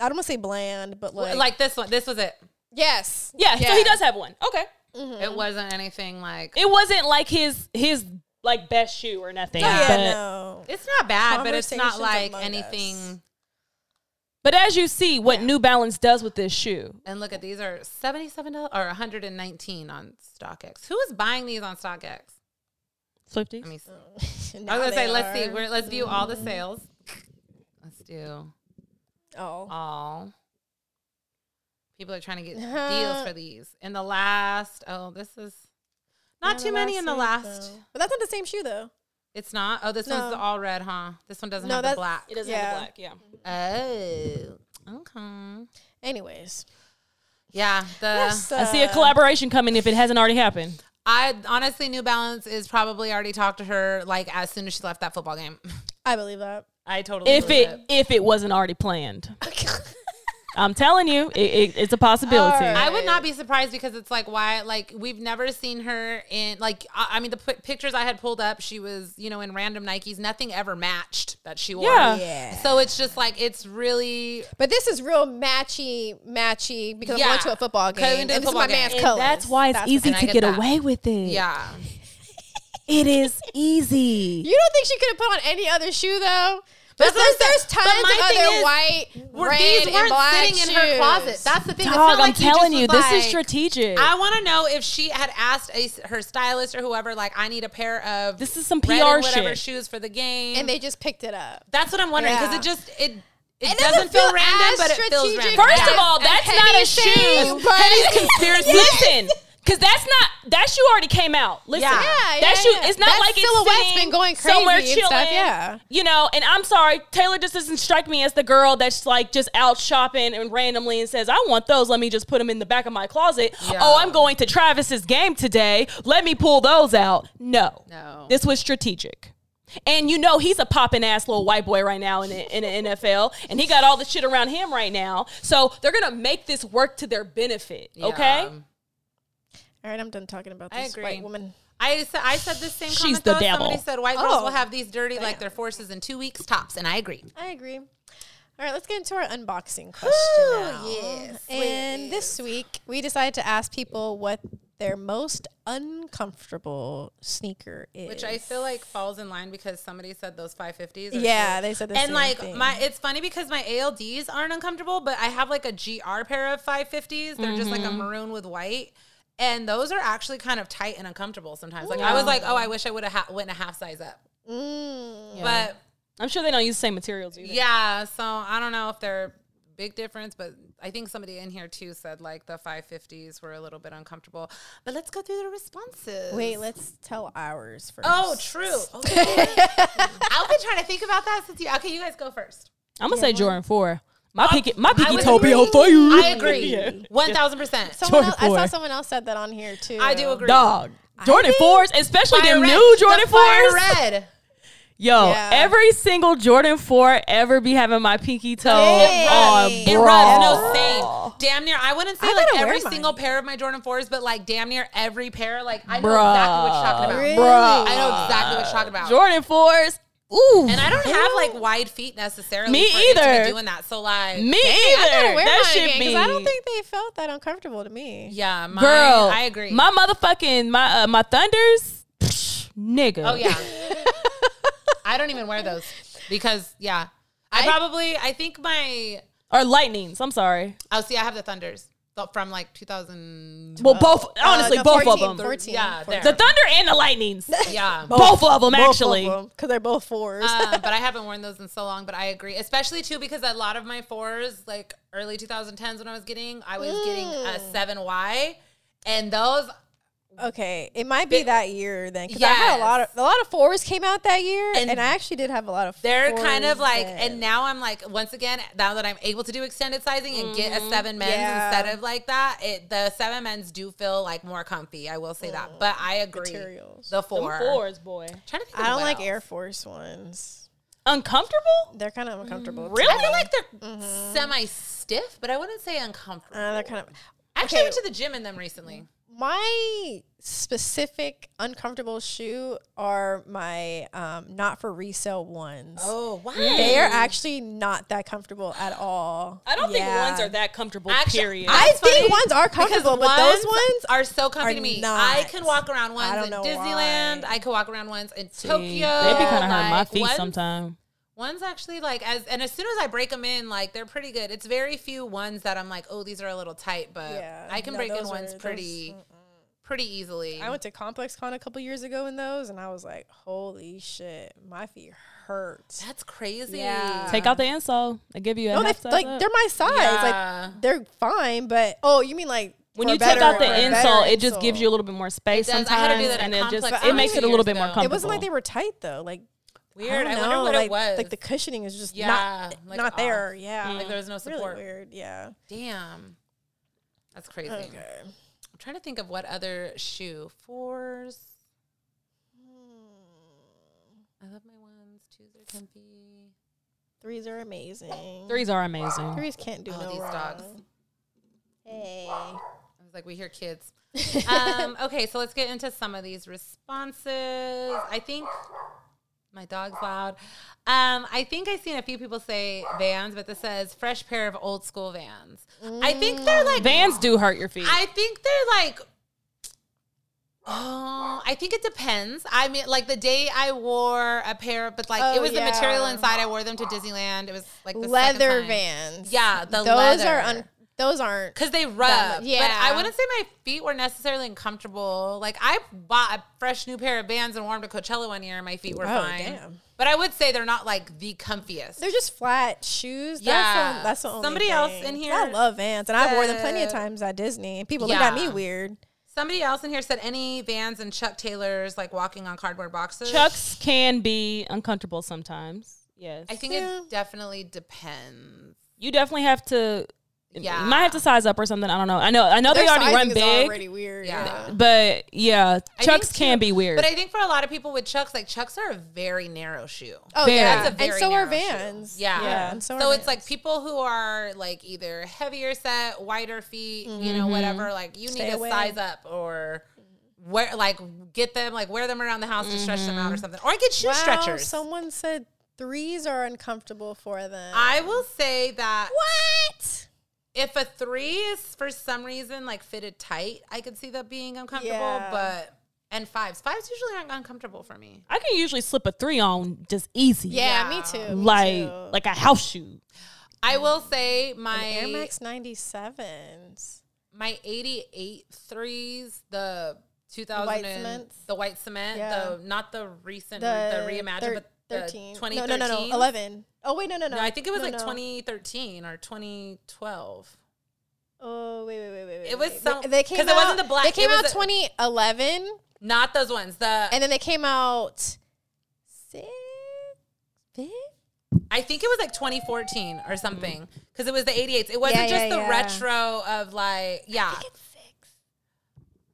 I don't want to say bland, but like, Uh, Like, this one. This was it. yes, yeah, so Yeah. he does have one. Okay, It wasn't anything like. it wasn't like his his like best shoe or nothing. oh, yeah, but, no. it's not bad, but it's not Conversations like among anything. us. but as you see, what New Balance does with this shoe, And look at these are seventy seven dollars or one hundred and nineteen on StockX. Who is buying these on StockX? Swifties. Let me see. I Now was gonna they say, let's see. are. We're, let's view all the sales. Let's do oh, all. People are trying to get deals for these. In the last, oh, this is not Yeah, too the many. In the last last, week, though. but that's not the same shoe though. it's not. Oh, this one's No. all red, huh? This one doesn't No, have the that's- black. it doesn't Yeah. have the black. Yeah, Oh, okay. Anyways, Yeah, the Yes, I see a uh, collaboration coming if it hasn't already happened. I honestly, New Balance is probably already talked to her like as soon as she left that football game. I believe that. I totally If believe it if it wasn't already planned, I'm telling you, it, it, it's a possibility. Alright. I would not be surprised because it's like why like we've never seen her in like I, I mean the p- pictures I had pulled up she was you know in random Nikes nothing ever matched that she wore. Yeah. Yeah. So it's just like it's really But this is real matchy, matchy because Yeah. I'm going to a football Going game, and to a this is football my game. man's And colors. That's why it's That's- easy and I to get get, that. away with it. yeah. It is easy. You don't think she could have put on any other shoe though? That's There's, what I'm there's saying. tons But of my thing other is, white, Were- red, these and weren't black sitting in her shoes. closet. That's the thing. It's Dog, not I'm like telling you, just was this is like- strategic. I want to know if she had asked a, her stylist or whoever like I need a pair of This is some red PR and whatever shit. shoes for the game and they just picked it up. That's what I'm wondering because Yeah. it just it it, doesn't, It doesn't feel, feel random, as but it feels strategic random. First Yeah. of all, That's that's not a Hetty's shoe. saying, but- Hetty's conspiracy. Listen, because that's not that shoe already came out. Listen, Yeah. Yeah, that yeah, shoe. yeah. It's not That like it's silhouette's been sitting going crazy somewhere and chilling. stuff, yeah. you know. And I'm sorry, Taylor just doesn't strike me as the girl that's like just out shopping and randomly and says, "I want those. Let me just put them in the back of my closet." Yeah. Oh, I'm going to Travis's game today. Let me pull those out. No, No. this was strategic. And you know he's a popping ass little white boy right now in the, in the NFL, and he got all the shit around him right now. So they're gonna make this work to their benefit. Okay, Yeah. All right, I'm done talking about I this agree. white woman. I said I said this same She's comment. the though. Somebody devil. said white girls Oh. will have these dirty like their forces in two weeks tops, and I agree. I agree. All right, let's get into our unboxing question now. yes, And this week, we decided to ask people what their most uncomfortable sneaker is. Which I feel like falls in line because somebody said those five fifties. Yeah, they said the and same like thing. my, it's funny because my ALDs aren't uncomfortable, but I have like a GR pair of five fifties. They're just Mm-hmm. like a maroon with white. And those are actually kind of tight and uncomfortable sometimes. Like I was like, oh, I wish I would have ha- went a half size up. But I'm sure they don't use the same materials either. Yeah, so I don't know if they're big difference, but I think somebody in here too said like the 550s were a little bit uncomfortable. But let's go through the responses. Wait, let's tell ours first. Oh, true. Okay. I've been trying to think about that since you. Okay, you guys go first. I'm gonna say Jordan Four. My pinky, my pinky would toe be on agree. fire. I agree. Yeah. 1000%. Someone else, I Joy saw boy. someone else said that on here too. I do agree. Dog, Jordan think- Fours, especially Fire them red- new Jordan the fire Fours. red. Yo, Yeah. every single Jordan Four ever be having my pinky toe It on. runs. It bra. runs no same. Damn near, I wouldn't say I like gotta wear every mine. single pair of my Jordan 4s, but like damn near every pair. Like I know Bruh. exactly what you're talking about. Really? Bruh. I know exactly what you're talking about. Jordan Fours. Ooh, And I don't have like wide feet necessarily. Oh. Me for it to be either. Doing that, so like, Me I either. gotta wear that mine should again, 'cause be. I don't think they felt that uncomfortable to me. yeah, mine, Girl, I agree. My motherfucking my uh, my thunders, psh, nigga. oh yeah, I don't even wear those because yeah, I, probably I think my or lightnings. I'm sorry. Oh, see, I have the Thunders The- from like 2000. Well, both honestly, Uh, no, both 14, of them. 14, Yeah, 14. there. The thunder and the lightnings. Yeah. both of them actually. because they're both fours. um, but I haven't worn those in so long. But I agree, especially too, because a lot of my fours, like early 2010s when I was getting, I was getting a seven Y, and those okay, it might be Bit- that year then. Because I had Yes. a lot of a lot of fours came out that year, and, And I actually did have a lot of. they're kind of fours like. then. And now I'm like, once again, now that I'm able to do extended sizing and get a seven men's Mm-hmm. Yeah. instead of like that, it the seven men's do feel like more comfy. I will say that, but I agree. Mm. Materials. The Them four. fours, boy. Trying to think I of don't what like else. Air Force ones. Uncomfortable? They're kind of uncomfortable. to Really? I feel like they're semi stiff, but I wouldn't say uncomfortable. Mm-hmm. Uh, they're kind of Actually, I okay. Mm. went to the gym in them recently. my specific uncomfortable shoe are my um, not for resale ones. Oh, wow. They are actually not that comfortable at all. I don't think Yeah. ones are that comfortable. Actu- period. I It's think funny ones are Because comfortable, but those ones are so comfy are to me. not. I can walk around ones I don't in know Disneyland. why. I could walk around ones in See, Tokyo. They be kind of hurt my Like, feet ones- sometimes. Ones actually like as and as soon as I break them in, like they're pretty good. It's very few ones that I'm like, oh, these are a little tight, but Yeah, I can no, break in those ones are- pretty, those- pretty easily. I went to Complex Con a couple years ago in those, and I was like, "Holy shit, my feet hurt." That's crazy. Yeah. Take out the insole. They give you a No, half they, size like up. they're my size. Yeah. Like they're fine, but oh, you mean like when for you better- take out the for better insole, it just gives insole. you a little bit more space does. sometimes, I had to do that at and it just Complex it a makes few it a little years bit more ago. comfortable. It wasn't like they were tight though. Like Weird. don't I, wonder know, what like, it was. Like the cushioning is just Yeah, not like not off. there. Yeah, Like, there was no really support. weird. Yeah. Damn. That's crazy. Okay. I'm trying to think of what other shoe. Fours. Hmm. I love my ones. Twos are comfy. Threes are amazing. Threes are amazing. Threes can't do Oh, no these wrong. dogs. Hey. I was like, we hear kids. um, okay, so let's get into some of these responses. I think my dog's loud. Um, I think I've seen a few people say vans, but this says fresh pair of old school vans. I Mm. think they're like Vans do hurt your feet. I think they're like. Oh, I think it depends. I mean, like the day I wore a pair, but like Oh, it was yeah. the material inside. I wore them to Disneyland. It was like the Leather van vans. Yeah, the those leather. are un- those aren't. because they rub. but yeah. I wouldn't say my feet were necessarily uncomfortable. Like I bought a fresh new pair of Vans and wore them to Coachella one year, and my feet were Oh, fine. damn. But I would say they're not like the comfiest. They're just flat shoes. Yeah. That's the, that's the only Somebody else thing. in 'Cause here I love Vans, and I've worn them plenty of said- times at Disney. and People look at Yeah. me weird. Somebody else in here said any Vans and Chuck Taylors like walking on cardboard boxes. Chucks can be uncomfortable sometimes. Yes, I think Yeah. it definitely depends. you definitely have to. Yeah. you might have to size up or something. I don't know. I know. I know Oh, they already sizing run is big, Already weird. Yeah. but I yeah, think Chucks can too- be weird. But I think for a lot of people with Chucks, like Chucks are a very narrow shoe. Oh Very. yeah, That's a very and so are narrow shoe. Vans. Yeah. yeah, and so, So, are it's Vans. like people who are like either heavier set, wider feet, you know, whatever, like you Mm-hmm. Stay need to away. size up or wear like get them, like wear them around the house to stretch them out Mm-hmm. or something. Or get shoe wow, stretchers. Someone said threes are uncomfortable for them. I will say that what? if a three is for some reason like fitted tight, I could see that being uncomfortable. Yeah. But and fives. Fives usually aren't uncomfortable for me. I can usually slip a three on just easy. Yeah, Yeah. me too. me like too. like a house shoe. I will say my Air Max ninety sevens. my 88 threes, the 2000 White and- cements? the white cement, Yeah. the not the recent, the, The, reimagined, thir- but the 13. 2013. No, no, no, no. Eleven. Oh wait, no, no, no. No, I think it was No, like no. 2013 or 2012. Oh wait, wait, wait, wait. wait, It was wait. some- They came 'cause it wasn't out- the black, They it came was out the- twenty eleven, Not those ones. The and then they came out six. Fifth? I think it was like 2014 or something because it was the 88s. It wasn't Yeah, just yeah, the yeah. retro of like yeah.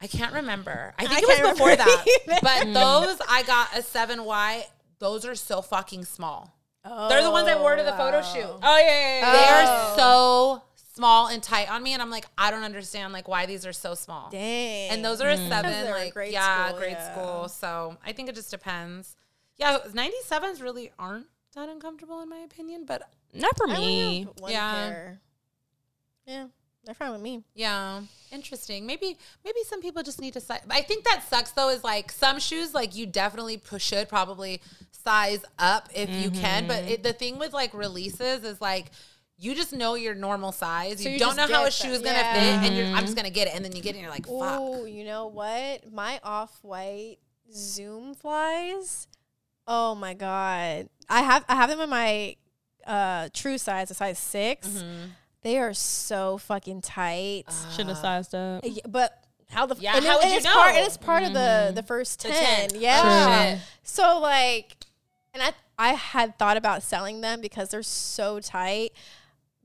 I, can't remember. I think it can't was before remember that. But those I got a seven Y. Those are so fucking small. Oh, They're the ones I wore to the photo shoot. Oh yeah, yeah, yeah. They Oh. are so small and tight on me, and I'm like, I don't understand like why these are so small. Dang. And those are a Because seven, they're like grade yeah, school, grade yeah. school. So I think it just depends. Yeah, 97s really aren't that uncomfortable in my opinion, but Not for I only me. have one Yeah. pair. Yeah, they're fine with me. Yeah, interesting. Maybe maybe some people just need to size. I think that sucks though. Is like some shoes, like you definitely pu- should Mm-hmm. probably size up if you can. But it, the thing with like releases is like you just know your normal size. So you you don't just know how a get Mm-hmm. them. shoe's gonna Yeah. fit, and you're, I'm just gonna get it. And then you get it, and you're like, fuck. Oh, you know what? My off white Zoom flies. Oh my god, I have I have them in my uh true size, a size 6 Mm-hmm. They are so fucking tight. Should have sized up. Y- but how the f- Uh, Yeah, and, it- how would and you it's part and know? Mm-hmm. it's part of the the first The ten. 10. Yeah. Oh, shit. So like, and I I had thought about selling them because they're so tight.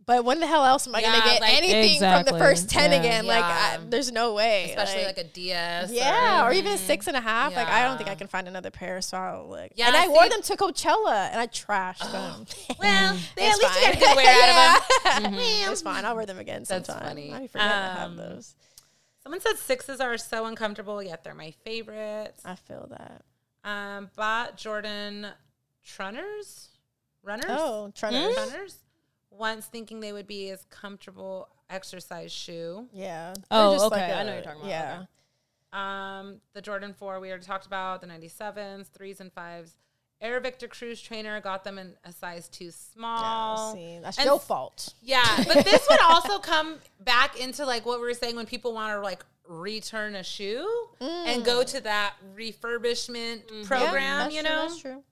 But when the hell else am I Yeah, gonna get like- anything from Exactly. the first ten Yeah. again? Like, I, Yeah. there's no way. Especially like, a DS. yeah, or even a six and a half. Like, I don't think Yeah. I can find another pair. So I'll like, Yeah, and I wore see- Oh. them to Coachella and I trashed them. Mm-hmm. Well, they at Mm-hmm. It's least you fine. got a good wear out of them. Mm-hmm. Yeah. It's fine. I'll wear them again That's sometime. funny. I forget to have Um, those. Someone said sixes are so uncomfortable, yet they're my favorites. I feel that. Um, bought Jordan Trunners, runners, Oh, Trenners. runners. Once thinking they would be as comfortable exercise shoe. Yeah. They're Oh, just okay. I know you're talking about. Yeah. Okay. Um, the Jordan 4 we already talked about, the 97s, 3s and 5s. Air Victor Cruise Trainer got them in a size too small. See, that's And your s- fault. Yeah, but this would also come back into like what we were saying when people want to like return a shoe and go to that refurbishment program, you know? Mm. Mm-hmm. that's true.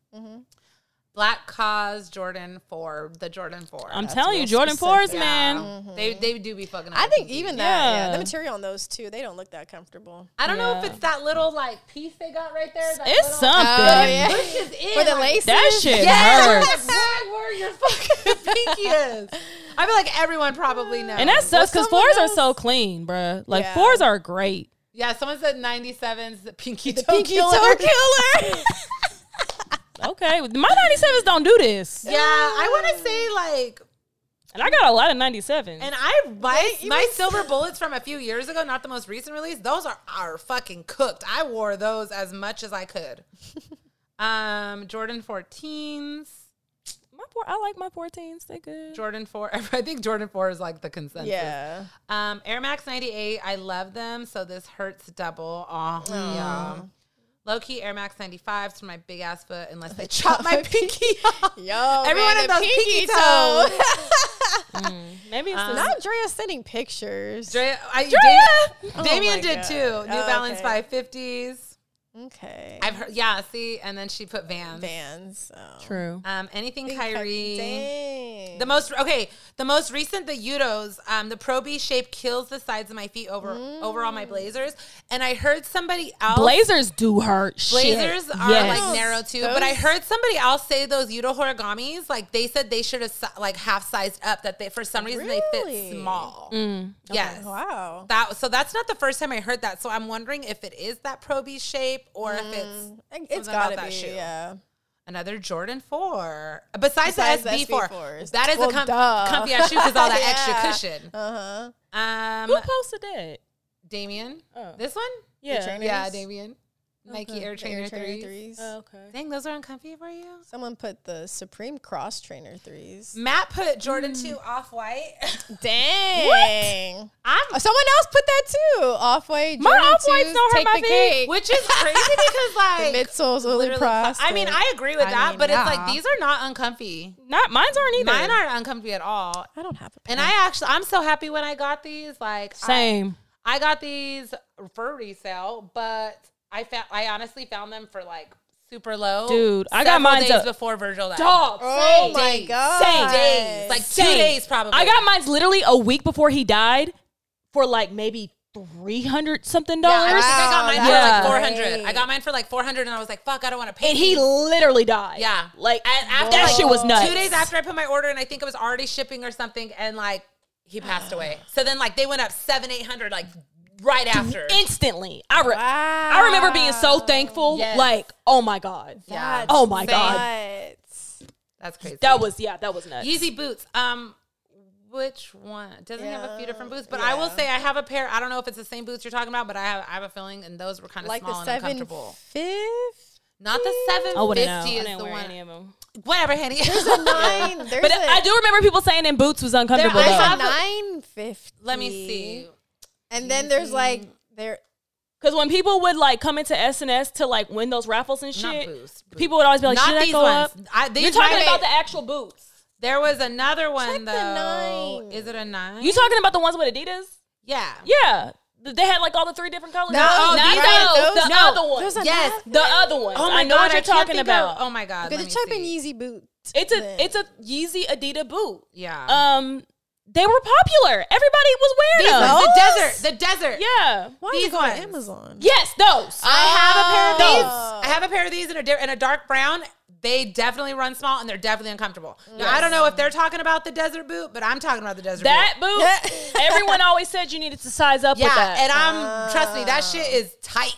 Black Cause Jordan 4, the Jordan 4. I'm telling you, real Jordan specific. Fours, man. They they do be fucking Mm-hmm. I think up. even that, yeah. Yeah. the material on those too, they don't look that comfortable. I don't know if Yeah. it's that little like piece they got right there. That It's Oh, little- something. This is it, For the like, laces. That shit Yes. hurts. Where were your fucking pinkies? I feel like everyone probably knows. Uh, And that sucks because someone fours else- are so clean, bruh. Like Yeah. fours are great. yeah. Someone said '97s the pinky toe Pinky killer. toe killer. Okay, my 97s don't do this, Yeah, I want to say like, and I got a lot of 97s. and I my you my were- silver bullets from a few years ago, not the most recent release. Those are are fucking cooked. I wore those as much as I could. um, Jordan 14s. my four, I like my 14s. They good. Jordan 4. I think Jordan 4 is like the consensus. yeah. Um, Air Max 98, I love them, so this hurts double. Oh, yeah. Low key Air Max 95s for my big ass foot, unless they chop my pinky off. Yo, Everyone man, in the those pinky, toe. toes. Maybe it's Um, the Not Drea sending pictures. Dre, I, Dam- Oh Damien my did God. too. New Oh, Balance okay. 550s. Okay. I've heard, yeah, see, and then she put Vans. Vans. Oh. true. Um, anything Kyrie. Dang. The most okay, the most recent the Udos, um, the Pro B shape kills the sides of my feet over over all Mm. my blazers. And I heard somebody else Blazers do hurt. Shit. Blazers are Yes. like narrow too, but I Oh, Those- heard somebody else say those Udo horigamis, like they said they should have si- like half sized up that they for some reason they Really? fit small. Mm. Yes. wow. That so that's not the first time I heard that. So I'm wondering if it is that Pro B shape or if it's It's something gotta about that be. shoe. Yeah. another Jordan Four. Besides, Besides the the SB Four, SB4s. that is Well, a com- duh. comfy ass shoe because all that Yeah. extra cushion. Uh huh. Who Um, posted that? Damien, Oh. this one, Yeah. trainer? yeah, Trainers? Damien, Nike Air Trainer, threes. Oh, Uh, Okay. Dang, those aren't comfy for you. Someone put the Supreme Cross Trainer threes. Matt put Jordan Hmm. 2 off white. Dang. What? I'm Someone else put that too. Off white. My off-whites don't hurt take the my feet. cake. which is crazy because like The midsoles really literally- crossed. I mean, like- I agree with I that, mean, but it's nah. like these are not uncomfy. Not mine's aren't either. Mine aren't uncomfy at all. I don't have a And pair. I actually, I'm so happy when I got these. Like, I- Same. I got these for resale, but I found I honestly found them for like super low. Dude, I got several mine days to- before Virgil died. Dog. Oh same. my Days. god. Same days, like two Same. days probably. I got mine literally a week before he died for like maybe 300 something Yeah, I dollars. think I got mine Wow, that's for like 400. great. I got mine for like 400 and I was like, fuck, I don't want to pay. and he these. literally died. Yeah. Like And after that like, shit was nuts. Two days after I put my order and I think it was already shipping or something and like he passed away. So then like they went up 7 800 like right after. instantly. I re- Wow. I remember being so thankful. Yes. Like, oh my god. Yeah. Oh my god. god. That's crazy. That was yeah, that was nuts. Yeezy boots. Um, which one doesn't have a few different boots? But I will yeah. say I have a pair. I don't know if it's the same boots you're talking about, but I have I have a feeling, and those were kind of Like small the and seven uncomfortable. fifth. Not the I seven wouldn't know. fifty I is didn't the wear one. any of them. Whatever, Henny. Nine. There's But a, I do remember people saying in boots was uncomfortable. I there's saw though. a have a- nine fifty. Let me see. And then there's like there. Because when people would like come into SNS to like win those raffles and Not shit, boots, boots. people would always be like, Not "Should I these go ones. up?" I, these You're talking might- about the actual boots. There was another one Check the though. nine. Is it a nine? You talking about the ones with Adidas? yeah. Yeah, Th- they had like all the three different colors. No, oh, not right, those, those- the no. other ones. There's another. Yes. the other ones. Oh my I know god, what you're I can't talking think of- about. oh my god. Get Let the me Chirpin see. Yeezy boot. It's then. a it's a Yeezy Adidas boot. Yeah. Um, they were popular. Everybody was wearing These them. ones, the those? desert. The desert. Yeah. Why These is it on ones. Amazon? Yes, those. I have a pair of these. Oh. I have a pair of these in a di- in a dark brown. They definitely run small and they're definitely uncomfortable. Now, I don't know if they're talking about the desert boot, but I'm talking about the desert that boot. boot. everyone always said you needed to size up Yeah, with that. and I'm trust me, that shit is tight.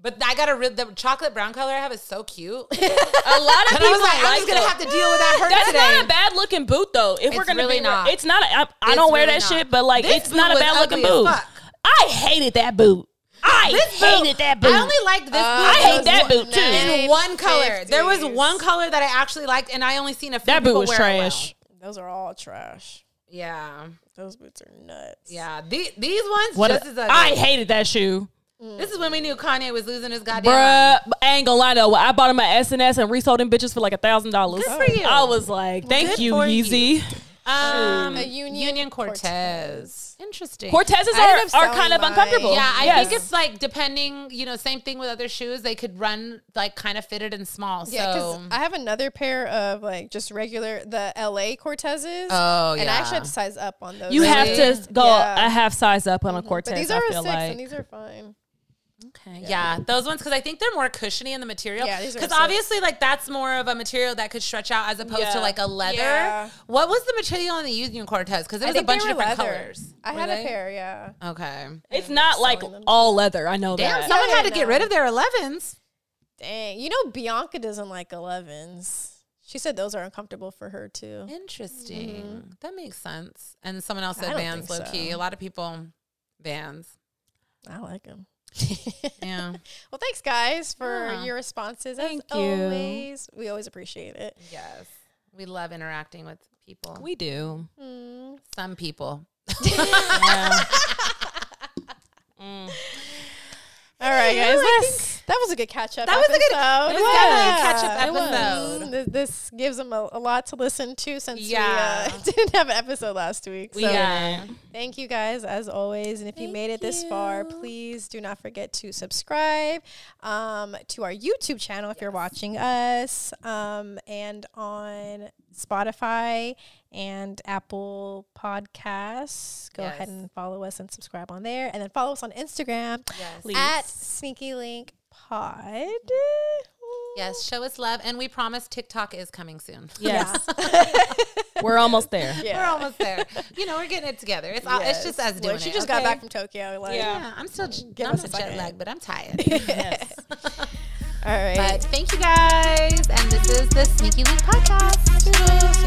But I got a the chocolate brown color I have is so cute. and a lot of I people was like, I'm like just gonna that. have to deal with that hurt That's today. not a bad looking boot though. If we're It's gonna really be, not. it's not. A, I, I It's don't wear really that not. shit, but like, This it's boot not a was bad ugly looking as boot. fuck. I hated that boot. I This boot- hated that boot. I only liked this boot. I hate in that one- boot, too. In one color, there was 950s. one color that I actually liked, and I only seen a few. that boot people was wear it well. trash. Those are all trash. Yeah, Those boots are nuts. yeah. The, these ones What? just as a- ugly. I hated that shoe. This is when we knew Kanye was losing his goddamn mind. Bruh, I ain't gonna lie though. I bought him an SNS and resold them bitches for like a thousand dollars. Good for you. I was like, thank good you, for Yeezy. Um, A Union, Union Cortez. Cortez. Interesting. Cortezes I ended are, up are kind selling of mine. uncomfortable. Yeah, I Yes. think it's like depending, you know, same thing with other shoes. They could run like kind of fitted and small. Yeah, because so I have another pair of like just regular the LA Cortezes. Oh, and I yeah. actually have to size up on those. you Really? have to go Yeah. a half size up on a Cortez. but these I are a feel six, like and these are fine. okay, yeah. those ones because I think they're more cushiony in the material. Yeah, these are because so- obviously like that's more of a material that could stretch out as opposed to Yeah. like a leather. Yeah. What was the material on the Union Cortez? Because there I was a think they bunch of were different leather. colors. I Were had they? a pair. Yeah. Okay, it's not like all leather. I know damn, that. someone Yeah, had to get no. rid of their 11s. Dang. You know Bianca doesn't like 11s. She said those are uncomfortable for her too. Interesting. Mm-hmm. That makes sense. And someone else I said don't Vans, low think key. so. A lot of people, Vans. I like them. Yeah. Well, thanks guys for Yeah. your responses. Thank As you. always, we always appreciate it. Yes. We love interacting with people. We do. Some people. All right, Yeah, guys. I let's- that was a good catch up. That was a good- episode. it was definitely a catch-up Yeah. episode. Mhm. Th- This gives them a, a lot to listen to since we Yeah. uh, didn't have an episode last week. So yeah. thank you guys as always. And if you made it this far, please do not forget to subscribe um, to our YouTube channel if you're watching us, um, and on Spotify and Apple Podcasts. Go Yes. ahead and follow us and subscribe on there, and then follow us on Instagram Yes. Please. at Sneaky Link Pod. Yes. Show us love. And we promise TikTok is coming soon. Yes. We're almost there. We're almost there. You know, we're getting it together. It's all, it's just us doing Look, she it, Uh, just got okay? back from Tokyo. Like, Yeah. Yeah, I'm still Give I'm us a not jet second. lag, but I'm tired. all right. but thank you guys. And this is the Sneaky Link podcast.